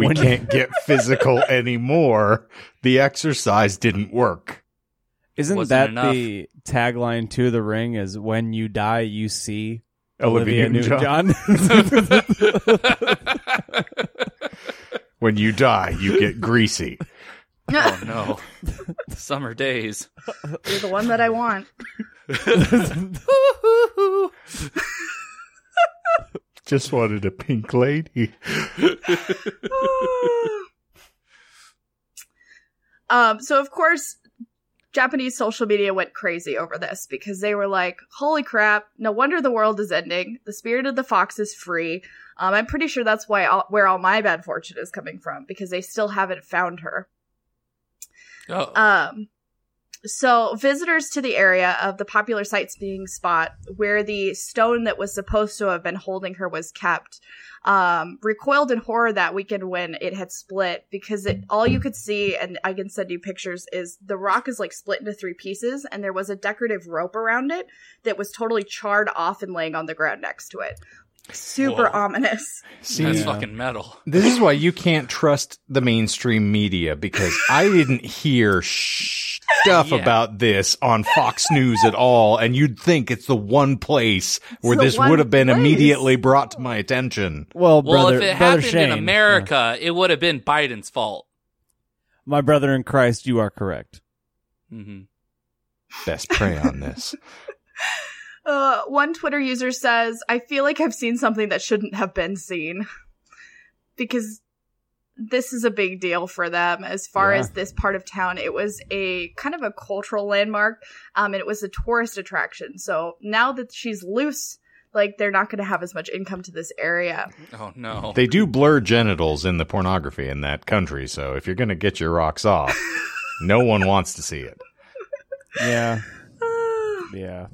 S2: we can't get physical anymore. The exercise didn't work.
S1: Isn't
S3: Wasn't
S1: that
S3: enough.
S1: the tagline to the ring? Is when you die, you see
S2: Olivia, Newton-John. When you die, you get greasy.
S3: oh no. Summer days.
S4: You're the one that I want.
S2: Just wanted a pink lady.
S4: um, so of course, Japanese social media went crazy over this because they were like, "Holy crap! No wonder the world is ending. The spirit of the fox is free." Um, I'm pretty sure that's why all, where all my bad fortune is coming from because they still haven't found her.
S3: Oh.
S4: Um, so visitors to the area of the popular sightseeing spot where the stone that was supposed to have been holding her was kept um, recoiled in horror that weekend when it had split because it all you could see and I can send you pictures is the rock is like split into three pieces and there was a decorative rope around it that was totally charred off and laying on the ground next to it. Super
S3: Whoa.
S4: ominous.
S3: That's
S1: Yeah.
S3: fucking metal.
S2: This is why you can't trust the mainstream media because I didn't hear sh- stuff
S3: Yeah.
S2: about this on Fox News at all. And you'd think it's the one place where
S4: the
S2: this
S4: one
S2: would have been
S4: place.
S2: immediately brought to my attention.
S1: well, Oh,
S3: Well,
S1: brother,
S3: if it
S1: brother
S3: happened
S1: Shane,
S3: in America, it would have been Biden's fault.
S1: uh, my brother in Christ, you are correct.
S3: hmm
S2: Best prey on this.
S4: Uh, one Twitter user says, I feel like I've seen something that shouldn't have been seen. Because this is a big deal for them as far
S1: Yeah.
S4: as this part of town. It was a kind of a cultural landmark, um, and it was a tourist attraction. So now that she's loose, like they're not going to have as much income to this area.
S3: Oh no.
S2: They do blur genitals in the pornography in that country, so if you're going to get your rocks off, no one wants to see it.
S1: Yeah, yeah.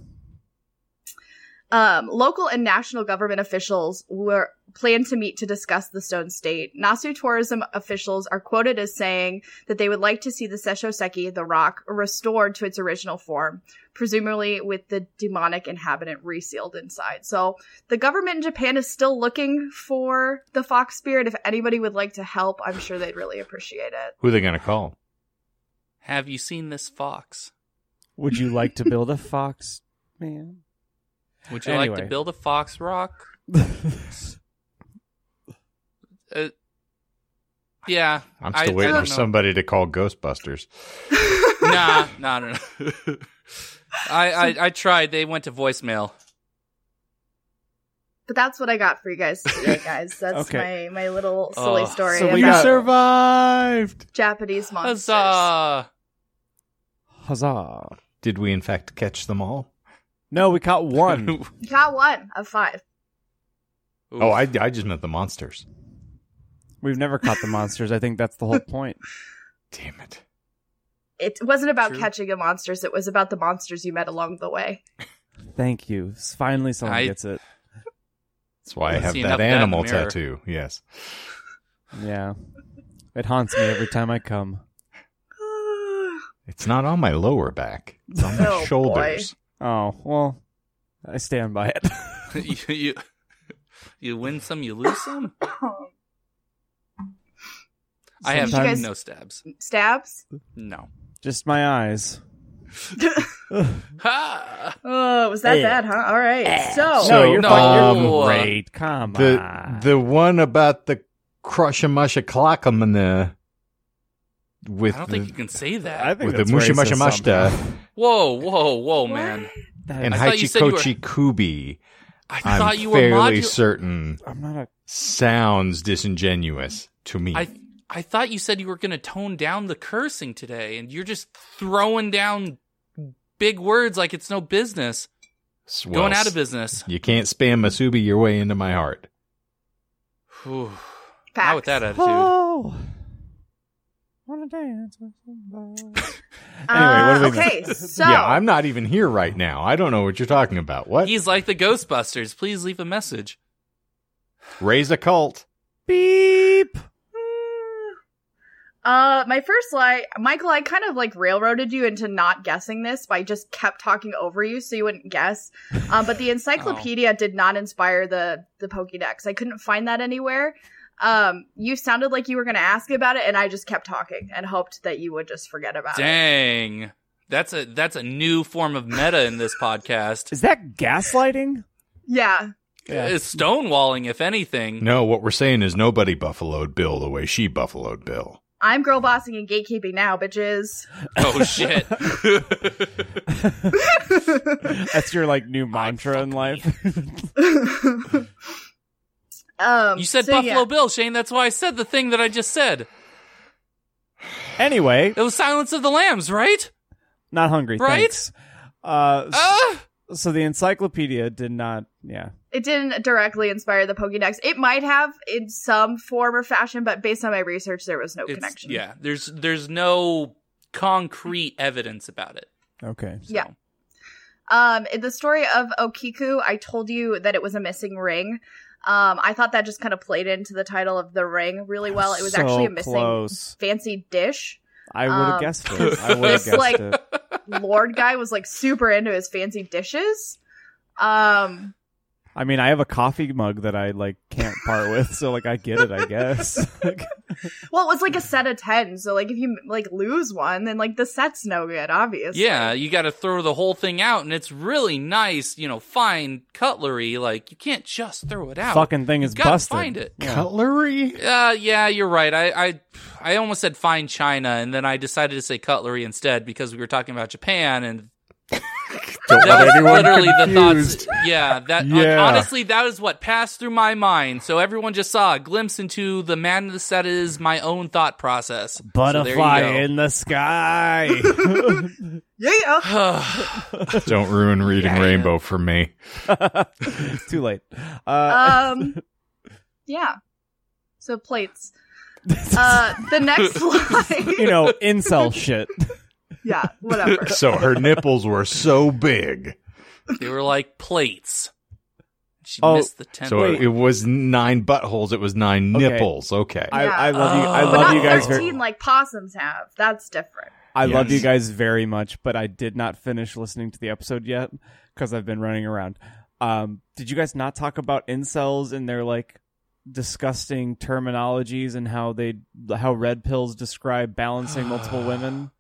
S4: Um, local and national government officials were planned to meet to discuss the stone state. Nasu tourism officials are quoted as saying that they would like to see the Seshoseki, the rock, restored to its original form, presumably with the demonic inhabitant resealed inside. So the government in Japan is still looking for the fox spirit. If anybody would like to help, I'm sure they'd really appreciate it.
S2: Who are they going to call?
S3: Have you seen this fox?
S1: Would you like to build a fox, man?
S3: Would you like
S1: Anyway.
S3: to build a fox rock? Uh, yeah.
S2: I'm
S3: I-
S2: still
S3: I
S2: waiting
S3: don't
S2: for
S3: know.
S2: somebody to call Ghostbusters.
S3: Nah, nah, no, no. I, I I tried. They went to voicemail.
S4: But that's what I got for you guys today, guys. That's
S1: Okay.
S4: my, my little silly
S3: Oh,
S4: story
S2: so we
S4: about
S2: got-
S1: survived.
S4: Japanese monsters.
S3: Huzzah!
S1: Huzzah!
S2: Did we, in fact, catch them all?
S1: No, we caught one.
S4: You got one of five.
S2: Oh, I, I just meant the monsters.
S1: We've never caught the monsters. I think that's the whole point.
S2: Damn it.
S4: It wasn't about
S3: True.
S4: catching the monsters, it was about the monsters you met along the way.
S1: Thank you. S- Finally, someone
S3: I-
S1: gets it.
S2: That's why I have
S3: See
S2: that
S3: enough of that in the
S2: animal
S3: mirror.
S2: tattoo. Yes.
S1: Yeah, it haunts me every time I come.
S2: It's not on my lower back, it's on my
S4: Oh, boy.
S2: shoulders.
S1: Oh well, I stand by it.
S3: you, you you win some, you lose some. I have
S4: Did you guys-
S3: no stabs.
S4: Stabs?
S3: No.
S1: Just my eyes.
S3: Ha!
S4: Oh, was that
S1: Eh.
S4: bad, huh? All right. So,
S2: So-
S1: no, you're
S3: No.
S1: fucking you're
S3: Um,
S1: great. Come
S2: The
S1: on.
S2: the one about the crushamusha clackamana with
S3: I don't
S2: the,
S3: think you can say that.
S1: I think
S2: with the
S1: that's racist
S2: mushimashamashita.
S1: somehow.
S3: Whoa, whoa, whoa, man!
S1: That-
S2: and
S3: I thought you said you were-
S2: Haichikochi Kubi.
S3: I
S2: I'm
S3: thought you were
S2: fairly
S3: modu-
S2: certain
S1: I'm not a.
S2: sounds disingenuous to me.
S3: I I thought you said you were going to tone down the cursing today, and you're just throwing down big words like it's no business.
S2: S- well,
S3: Going out of
S2: s-
S3: business.
S2: You can't spam Masubi your way into my heart.
S3: Whew.
S4: Facts.
S3: Not with that attitude.
S1: Oh. Wanna dance with somebody.
S4: uh,
S1: Anyway, what do we
S4: okay, so
S2: Yeah, I'm not even here right now. I don't know what you're talking about. What?
S3: He's like the Ghostbusters. Please leave a message.
S2: Raise a cult.
S1: Beep.
S4: uh, my first lie, Michael, I kind of like railroaded you into not guessing this, but I just kept talking over you so you wouldn't guess. Uh, Um, but the encyclopedia did not inspire the the Pokédex. I couldn't find that anywhere. um, you sounded like you were going to ask about it, and I just kept talking and hoped that you would just forget about it.
S3: Dang. That's a that's a new form of meta in this podcast.
S1: Is that gaslighting?
S4: Yeah.
S3: It's stonewalling, if anything.
S2: No, what we're saying is nobody buffaloed Bill the way she buffaloed Bill.
S4: I'm girl bossing and gatekeeping now, bitches.
S3: Oh shit.
S1: That's your like new mantra in life.
S4: um,
S3: you said
S4: so,
S3: Buffalo
S4: yeah.
S3: Bill, Shane. That's why I said the thing that I just said.
S1: anyway,
S3: It was Silence of the Lambs, right?
S1: not hungry.
S3: Right?
S1: Thanks. Uh, s-
S3: Uh,
S1: so the encyclopedia did not. Yeah.
S4: It didn't directly inspire the Pokédex. It might have in some form or fashion, but based on my research, there was no
S3: it's-
S4: connection.
S3: yeah. There's there's no concrete evidence about it.
S1: Okay.
S3: so.
S4: Yeah. Um, in the story of Okiku, I told you that it was a missing ring. Um, I thought that just kind of played into the title of the ring really well. It was
S1: So
S4: actually a missing
S1: close.
S4: fancy dish.
S1: I would have
S4: Um,
S1: guessed it. I would have
S4: it's
S1: guessed
S4: like-
S1: it.
S4: Lord guy was like super into his fancy dishes. Um,
S1: I mean, I have a coffee mug that I like can't part with, so like I get it, I guess. Like,
S4: well, it was like a set of ten. So like if you like lose one, then like the set's no good, obviously.
S3: Yeah, you got to throw the whole thing out, and it's really nice, you know, fine cutlery. Like you can't just throw it out.
S1: fucking thing
S3: You
S1: is
S3: gotta
S1: busted.
S3: Find it.
S1: Yeah.
S2: Cutlery?
S3: Uh, yeah, you're right. I, I, I almost said fine china, and then I decided to say cutlery instead because we were talking about Japan, and
S2: Don't
S3: that
S2: let
S3: was
S2: anyone
S3: literally the
S2: confused.
S3: thoughts. Yeah, that
S2: Yeah.
S3: honestly, that is what passed through my mind. So everyone just saw a glimpse into the madness that is my own thought process.
S1: Butterfly
S3: so there you
S1: in the sky.
S4: Yeah.
S3: go.
S2: Don't ruin reading
S3: Yeah, yeah.
S2: Rainbow for me.
S1: Too late. Uh,
S4: Um, yeah. So plates. Uh, the next line.
S1: you know, incel shit.
S4: yeah, whatever.
S2: So her nipples were so big.
S3: they were like plates. She
S1: Oh,
S3: missed the tenth.
S2: So
S1: Wait.
S2: it, it was nine buttholes. It was nine
S1: Okay.
S2: nipples. Okay.
S1: I,
S4: Yeah. Uh,
S1: I love you. I
S3: Oh.
S4: but
S1: love
S4: not
S1: you guys.
S4: thirteen
S1: Very,
S4: like possums have. That's different.
S1: I love
S2: Yes.
S1: you guys very much, but I did not finish listening to the episode yet because I've been running around. Um, did you guys not talk about incels and their like disgusting terminologies and how they how red pills describe balancing multiple women?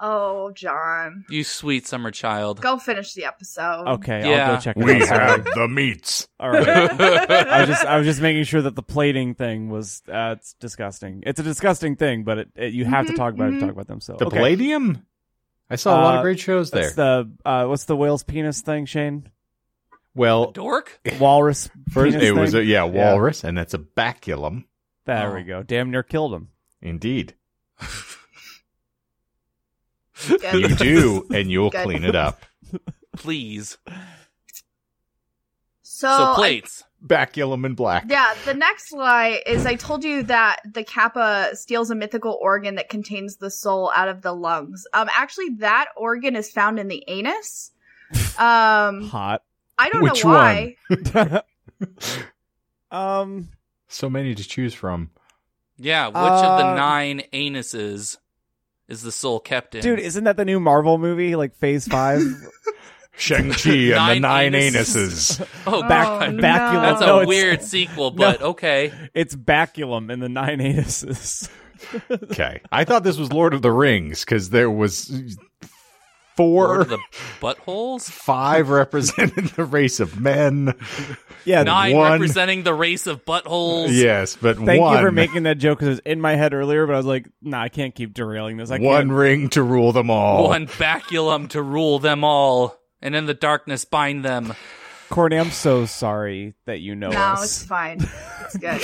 S4: Oh, John,
S3: you sweet summer child.
S4: go finish the episode.
S1: Okay, I'll
S3: Yeah.
S1: go check it
S2: we
S1: out. Sorry.
S2: have the meats.
S1: All right. I was just I was just making sure that the plating thing was uh, it's disgusting. It's a disgusting thing, but it, it, you have
S4: Mhm,
S1: to talk about it to
S4: mhm.
S1: talk about them. So
S2: The
S1: okay.
S2: Palladium? I saw a lot
S1: Uh,
S2: of great shows there.
S1: That's the uh, what's the whale's penis thing, Shane?
S2: well,
S3: Dork.
S1: Walrus
S2: first
S1: penis
S2: it was
S1: thing?
S2: a, yeah, walrus, and that's a baculum.
S1: there
S3: Oh.
S1: we go. Damn near killed him.
S2: Indeed.
S4: Good.
S2: You do, and you'll
S4: Good.
S2: clean it up.
S3: Please. So
S4: So, I-
S3: plates.
S2: Baculum and black.
S4: yeah, the next lie is I told you that the Kappa steals a mythical organ that contains the soul out of the lungs. Um, actually, that organ is found in the anus. Um,
S1: Hot.
S4: I don't
S2: Which
S4: know why.
S1: um.
S2: So many to choose from.
S3: Yeah, which of the
S1: Uh,
S3: nine anuses is the soul kept in?
S1: Dude, isn't that the new Marvel movie, like Phase Five?
S2: Shang-Chi and the
S3: Nine
S2: Nine
S3: anuses.
S2: Anuses.
S3: oh,
S4: Oh,
S3: back.
S4: no.
S1: baculum.
S3: That's a
S1: No, it's-
S3: weird sequel, but okay.
S1: It's baculum in the nine anuses.
S2: Okay. I thought this was Lord of the Rings because there was four,
S3: Lord of the buttholes.
S2: five represented the race of men.
S1: Yeah,
S3: Nine
S2: one-
S3: representing the race of buttholes.
S2: Yes, but
S1: Thank
S2: one,
S1: you for making that joke because it was in my head earlier, but I was like, nah, I can't keep derailing this. I
S2: one
S1: can't.
S2: ring to rule them all.
S3: One baculum to rule them all, and in the darkness bind them.
S1: Courtney, I'm so sorry that you know
S4: No,
S1: us.
S4: it's fine. It's good.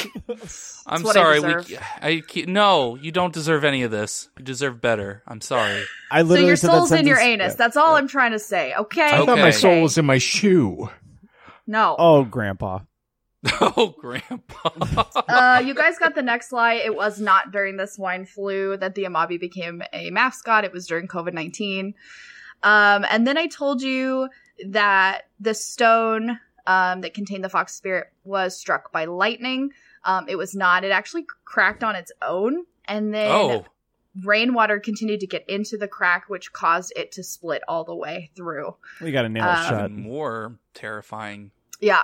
S3: I'm
S4: what I
S3: sorry. we,
S4: deserve.
S3: I, ke- no, you don't deserve any of this. You deserve better. I'm sorry.
S1: I
S4: So
S1: literally
S4: your
S1: said that
S4: soul's in your
S1: sentence-
S4: anus.
S1: Yeah.
S4: That's all I'm trying to say. Okay.
S2: I thought
S3: Okay.
S2: my soul was in my shoe.
S4: No.
S1: Oh, Grandpa.
S3: Oh, Grandpa.
S4: Uh, you guys got the next lie. It was not during the swine flu that the Amabi became a mascot. It was during COVID 19. Um, and then I told you that the stone um, that contained the fox spirit was struck by lightning. Um, it was not. It actually cracked on its own. And then
S3: oh,
S4: rainwater continued to get into the crack, which caused it to split all the way through.
S1: We got a nail
S4: Um,
S1: shut.
S3: even more terrifying.
S4: Yeah.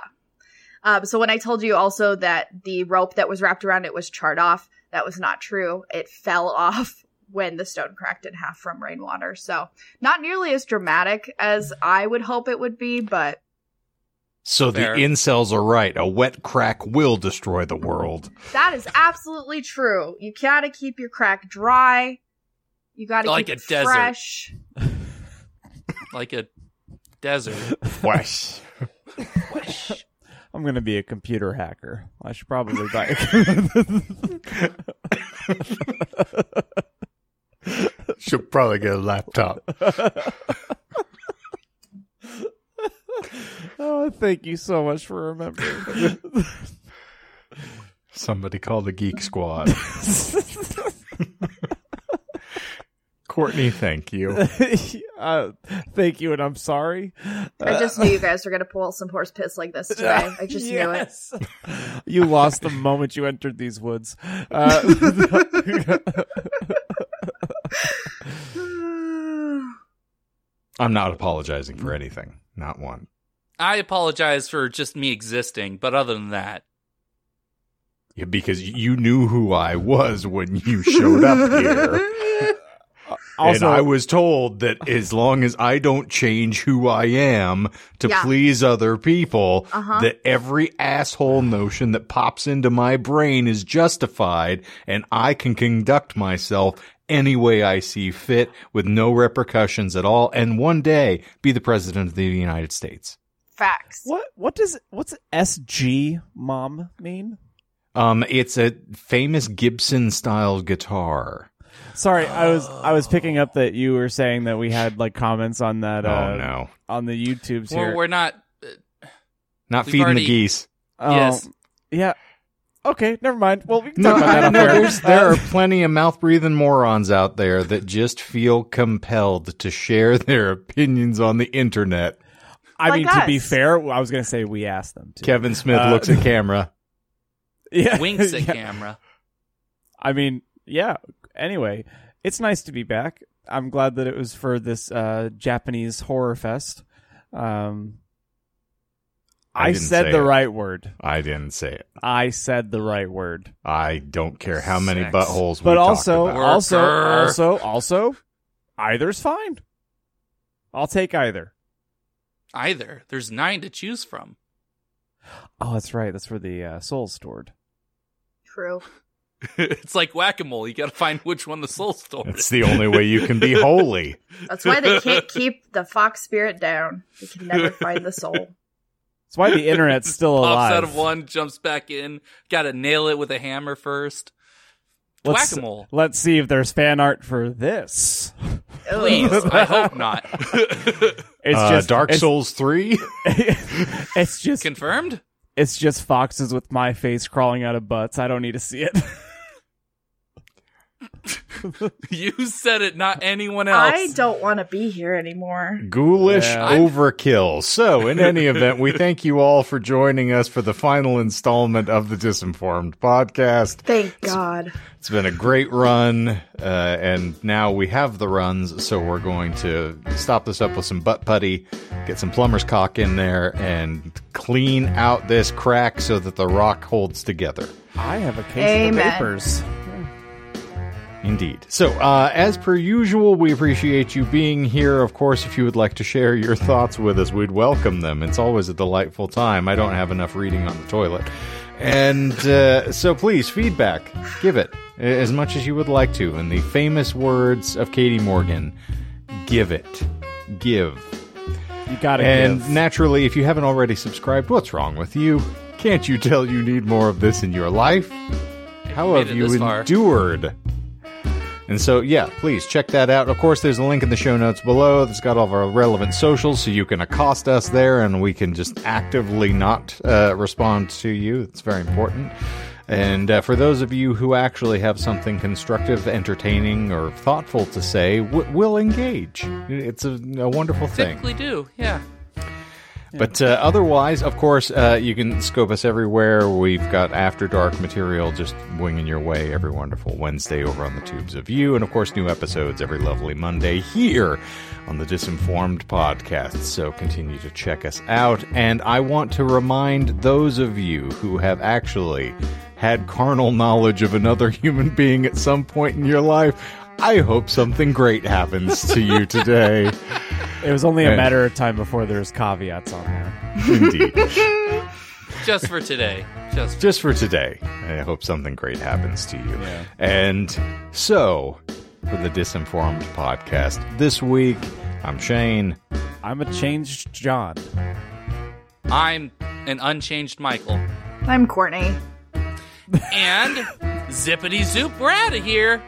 S4: Um, so when I told you also that the rope that was wrapped around it was charred off, that was not true. It fell off when the stone cracked in half from rainwater. So not nearly as dramatic as I would hope it would be, but
S2: So
S3: Fair.
S2: the incels are right. A wet crack will destroy the world.
S4: that is absolutely true. You gotta keep your crack dry. You gotta
S3: Like
S4: keep
S3: a
S4: it
S3: desert.
S4: fresh.
S3: like a desert.
S2: Wesh.
S1: I'm gonna be a computer hacker. I should probably buy a
S2: She'll probably get a laptop.
S1: Oh, thank you so much for remembering.
S2: Somebody call the Geek Squad. Courtney, thank you.
S1: uh, thank you, and I'm sorry.
S4: I just knew you guys were gonna pull some horse piss like this today. I just knew it.
S1: knew it. Uh, You lost the moment you entered these woods. Uh,
S2: I'm not apologizing for anything. Not one.
S3: I apologize for just me existing, but other than that,
S2: Yeah, because you knew who I was when you showed up here.
S1: also,
S2: and I was told that as long as I don't change who I am to
S4: Yeah.
S2: please other people,
S4: Uh-huh.
S2: that every asshole notion that pops into my brain is justified and I can conduct myself any way I see fit with no repercussions at all and one day be the president of the United States.
S4: Facts.
S1: what what does what's SG mom mean?
S2: Um, it's a famous Gibson style guitar.
S1: Sorry, I was I was picking up that you were saying that we had like comments on that uh,
S2: oh no.
S1: on the YouTubes
S3: we're,
S1: here.
S3: we're not.
S2: Not
S3: we've
S2: feeding
S3: already-
S2: the geese.
S1: Oh,
S3: Yes.
S1: Yeah. Okay, never mind. Well, we can
S2: No,
S1: talk about
S2: I
S1: that
S2: don't
S1: off
S2: know.
S1: air.
S2: There's, there
S1: Uh,
S2: are plenty of mouth breathing morons out there that just feel compelled to share their opinions on the internet.
S1: I
S4: Like
S1: mean, to be
S4: us.
S1: fair, I was going to say we asked them to.
S2: Kevin Smith
S1: Uh,
S2: looks at camera.
S1: yeah.
S3: winks at
S1: Yeah.
S3: camera.
S1: I mean, yeah. Anyway, it's nice to be back. I'm glad that it was for this uh, Japanese horror fest. Um, I,
S2: didn't say
S1: said the
S2: it.
S1: right word.
S2: I didn't say it.
S1: I said the right word.
S2: I don't care how many
S3: Sex.
S2: buttholes. we
S1: But
S2: talked
S1: also,
S2: about.
S1: also,
S3: Worker.
S1: also, also, either's fine. I'll take either.
S3: Either there's nine to choose from.
S1: Oh, that's right. That's where the uh, soul's stored.
S4: True.
S3: it's like whack a mole. You got to find which one the soul stole.
S2: it's the only way you can be holy.
S4: That's why they can't keep the fox spirit down. They can never find the soul.
S1: That's why the internet's
S3: Just
S1: still
S3: pops
S1: alive.
S3: out of one, jumps back in. Got to nail it with a hammer first.
S1: Let's-
S3: Whack a mole.
S1: Let's see if there's fan art for this.
S4: Ugh.
S3: Please, I hope not.
S1: It's
S2: uh,
S1: just
S2: Dark
S1: it's,
S2: Souls three.
S1: it's just
S3: Confirmed.
S1: it's just foxes with my face crawling out of butts. I don't need to see it.
S3: You said it, not anyone else.
S4: I don't want to be here anymore.
S2: Ghoulish
S1: Yeah.
S2: overkill. So, in any event, we thank you all for joining us for the final installment of the Disinformed podcast.
S4: Thank God.
S2: It's been a great run, uh, and now we have the runs, so we're going to stop this up with some butt putty, get some plumber's cock in there, and clean out this crack so that the rock holds together.
S1: I have a case of the
S4: Amen.
S1: vapors.
S2: Indeed. So, uh, as per usual, we appreciate you being here. Of course, if you would like to share your thoughts with us, we'd welcome them. It's always a delightful time. I don't have enough reading on the toilet. And uh, so, please, feedback. Give it as much as you would like to. In the famous words of Katie Morgan, give it. Give.
S1: You gotta
S2: And
S1: give.
S2: naturally, if you haven't already subscribed, what's wrong with you? Can't you tell you need more of this in your life? How
S3: made
S2: have
S3: it
S2: you
S3: this far.
S2: endured? And so, yeah, please check that out. Of course, there's a link in the show notes below that's got all of our relevant socials, so you can accost us there and we can just actively not uh, respond to you. It's very important. And uh, for those of you who actually have something constructive, entertaining, or thoughtful to say, w- we'll engage. It's a, a wonderful thing.
S3: Typically do, yeah.
S2: But uh, otherwise, of course, uh, you can scope us everywhere. We've got After Dark material just winging your way every wonderful Wednesday over on the Tubes of You. And of course, new episodes every lovely Monday here on the Disinformed Podcast. So continue to check us out. And I want to remind those of you who have actually had carnal knowledge of another human being at some point in your life. I hope something great happens to you today.
S1: It was only a
S2: Right.
S1: matter of time before there's caveats on there.
S2: Indeed.
S3: Just for today. Just for-
S2: just for today. I hope something great happens to you. And so, for the Disinformed podcast this week, I'm Shane.
S1: I'm a changed John.
S3: I'm an unchanged Michael.
S4: I'm Courtney.
S3: And zippity zoop, we're out of here.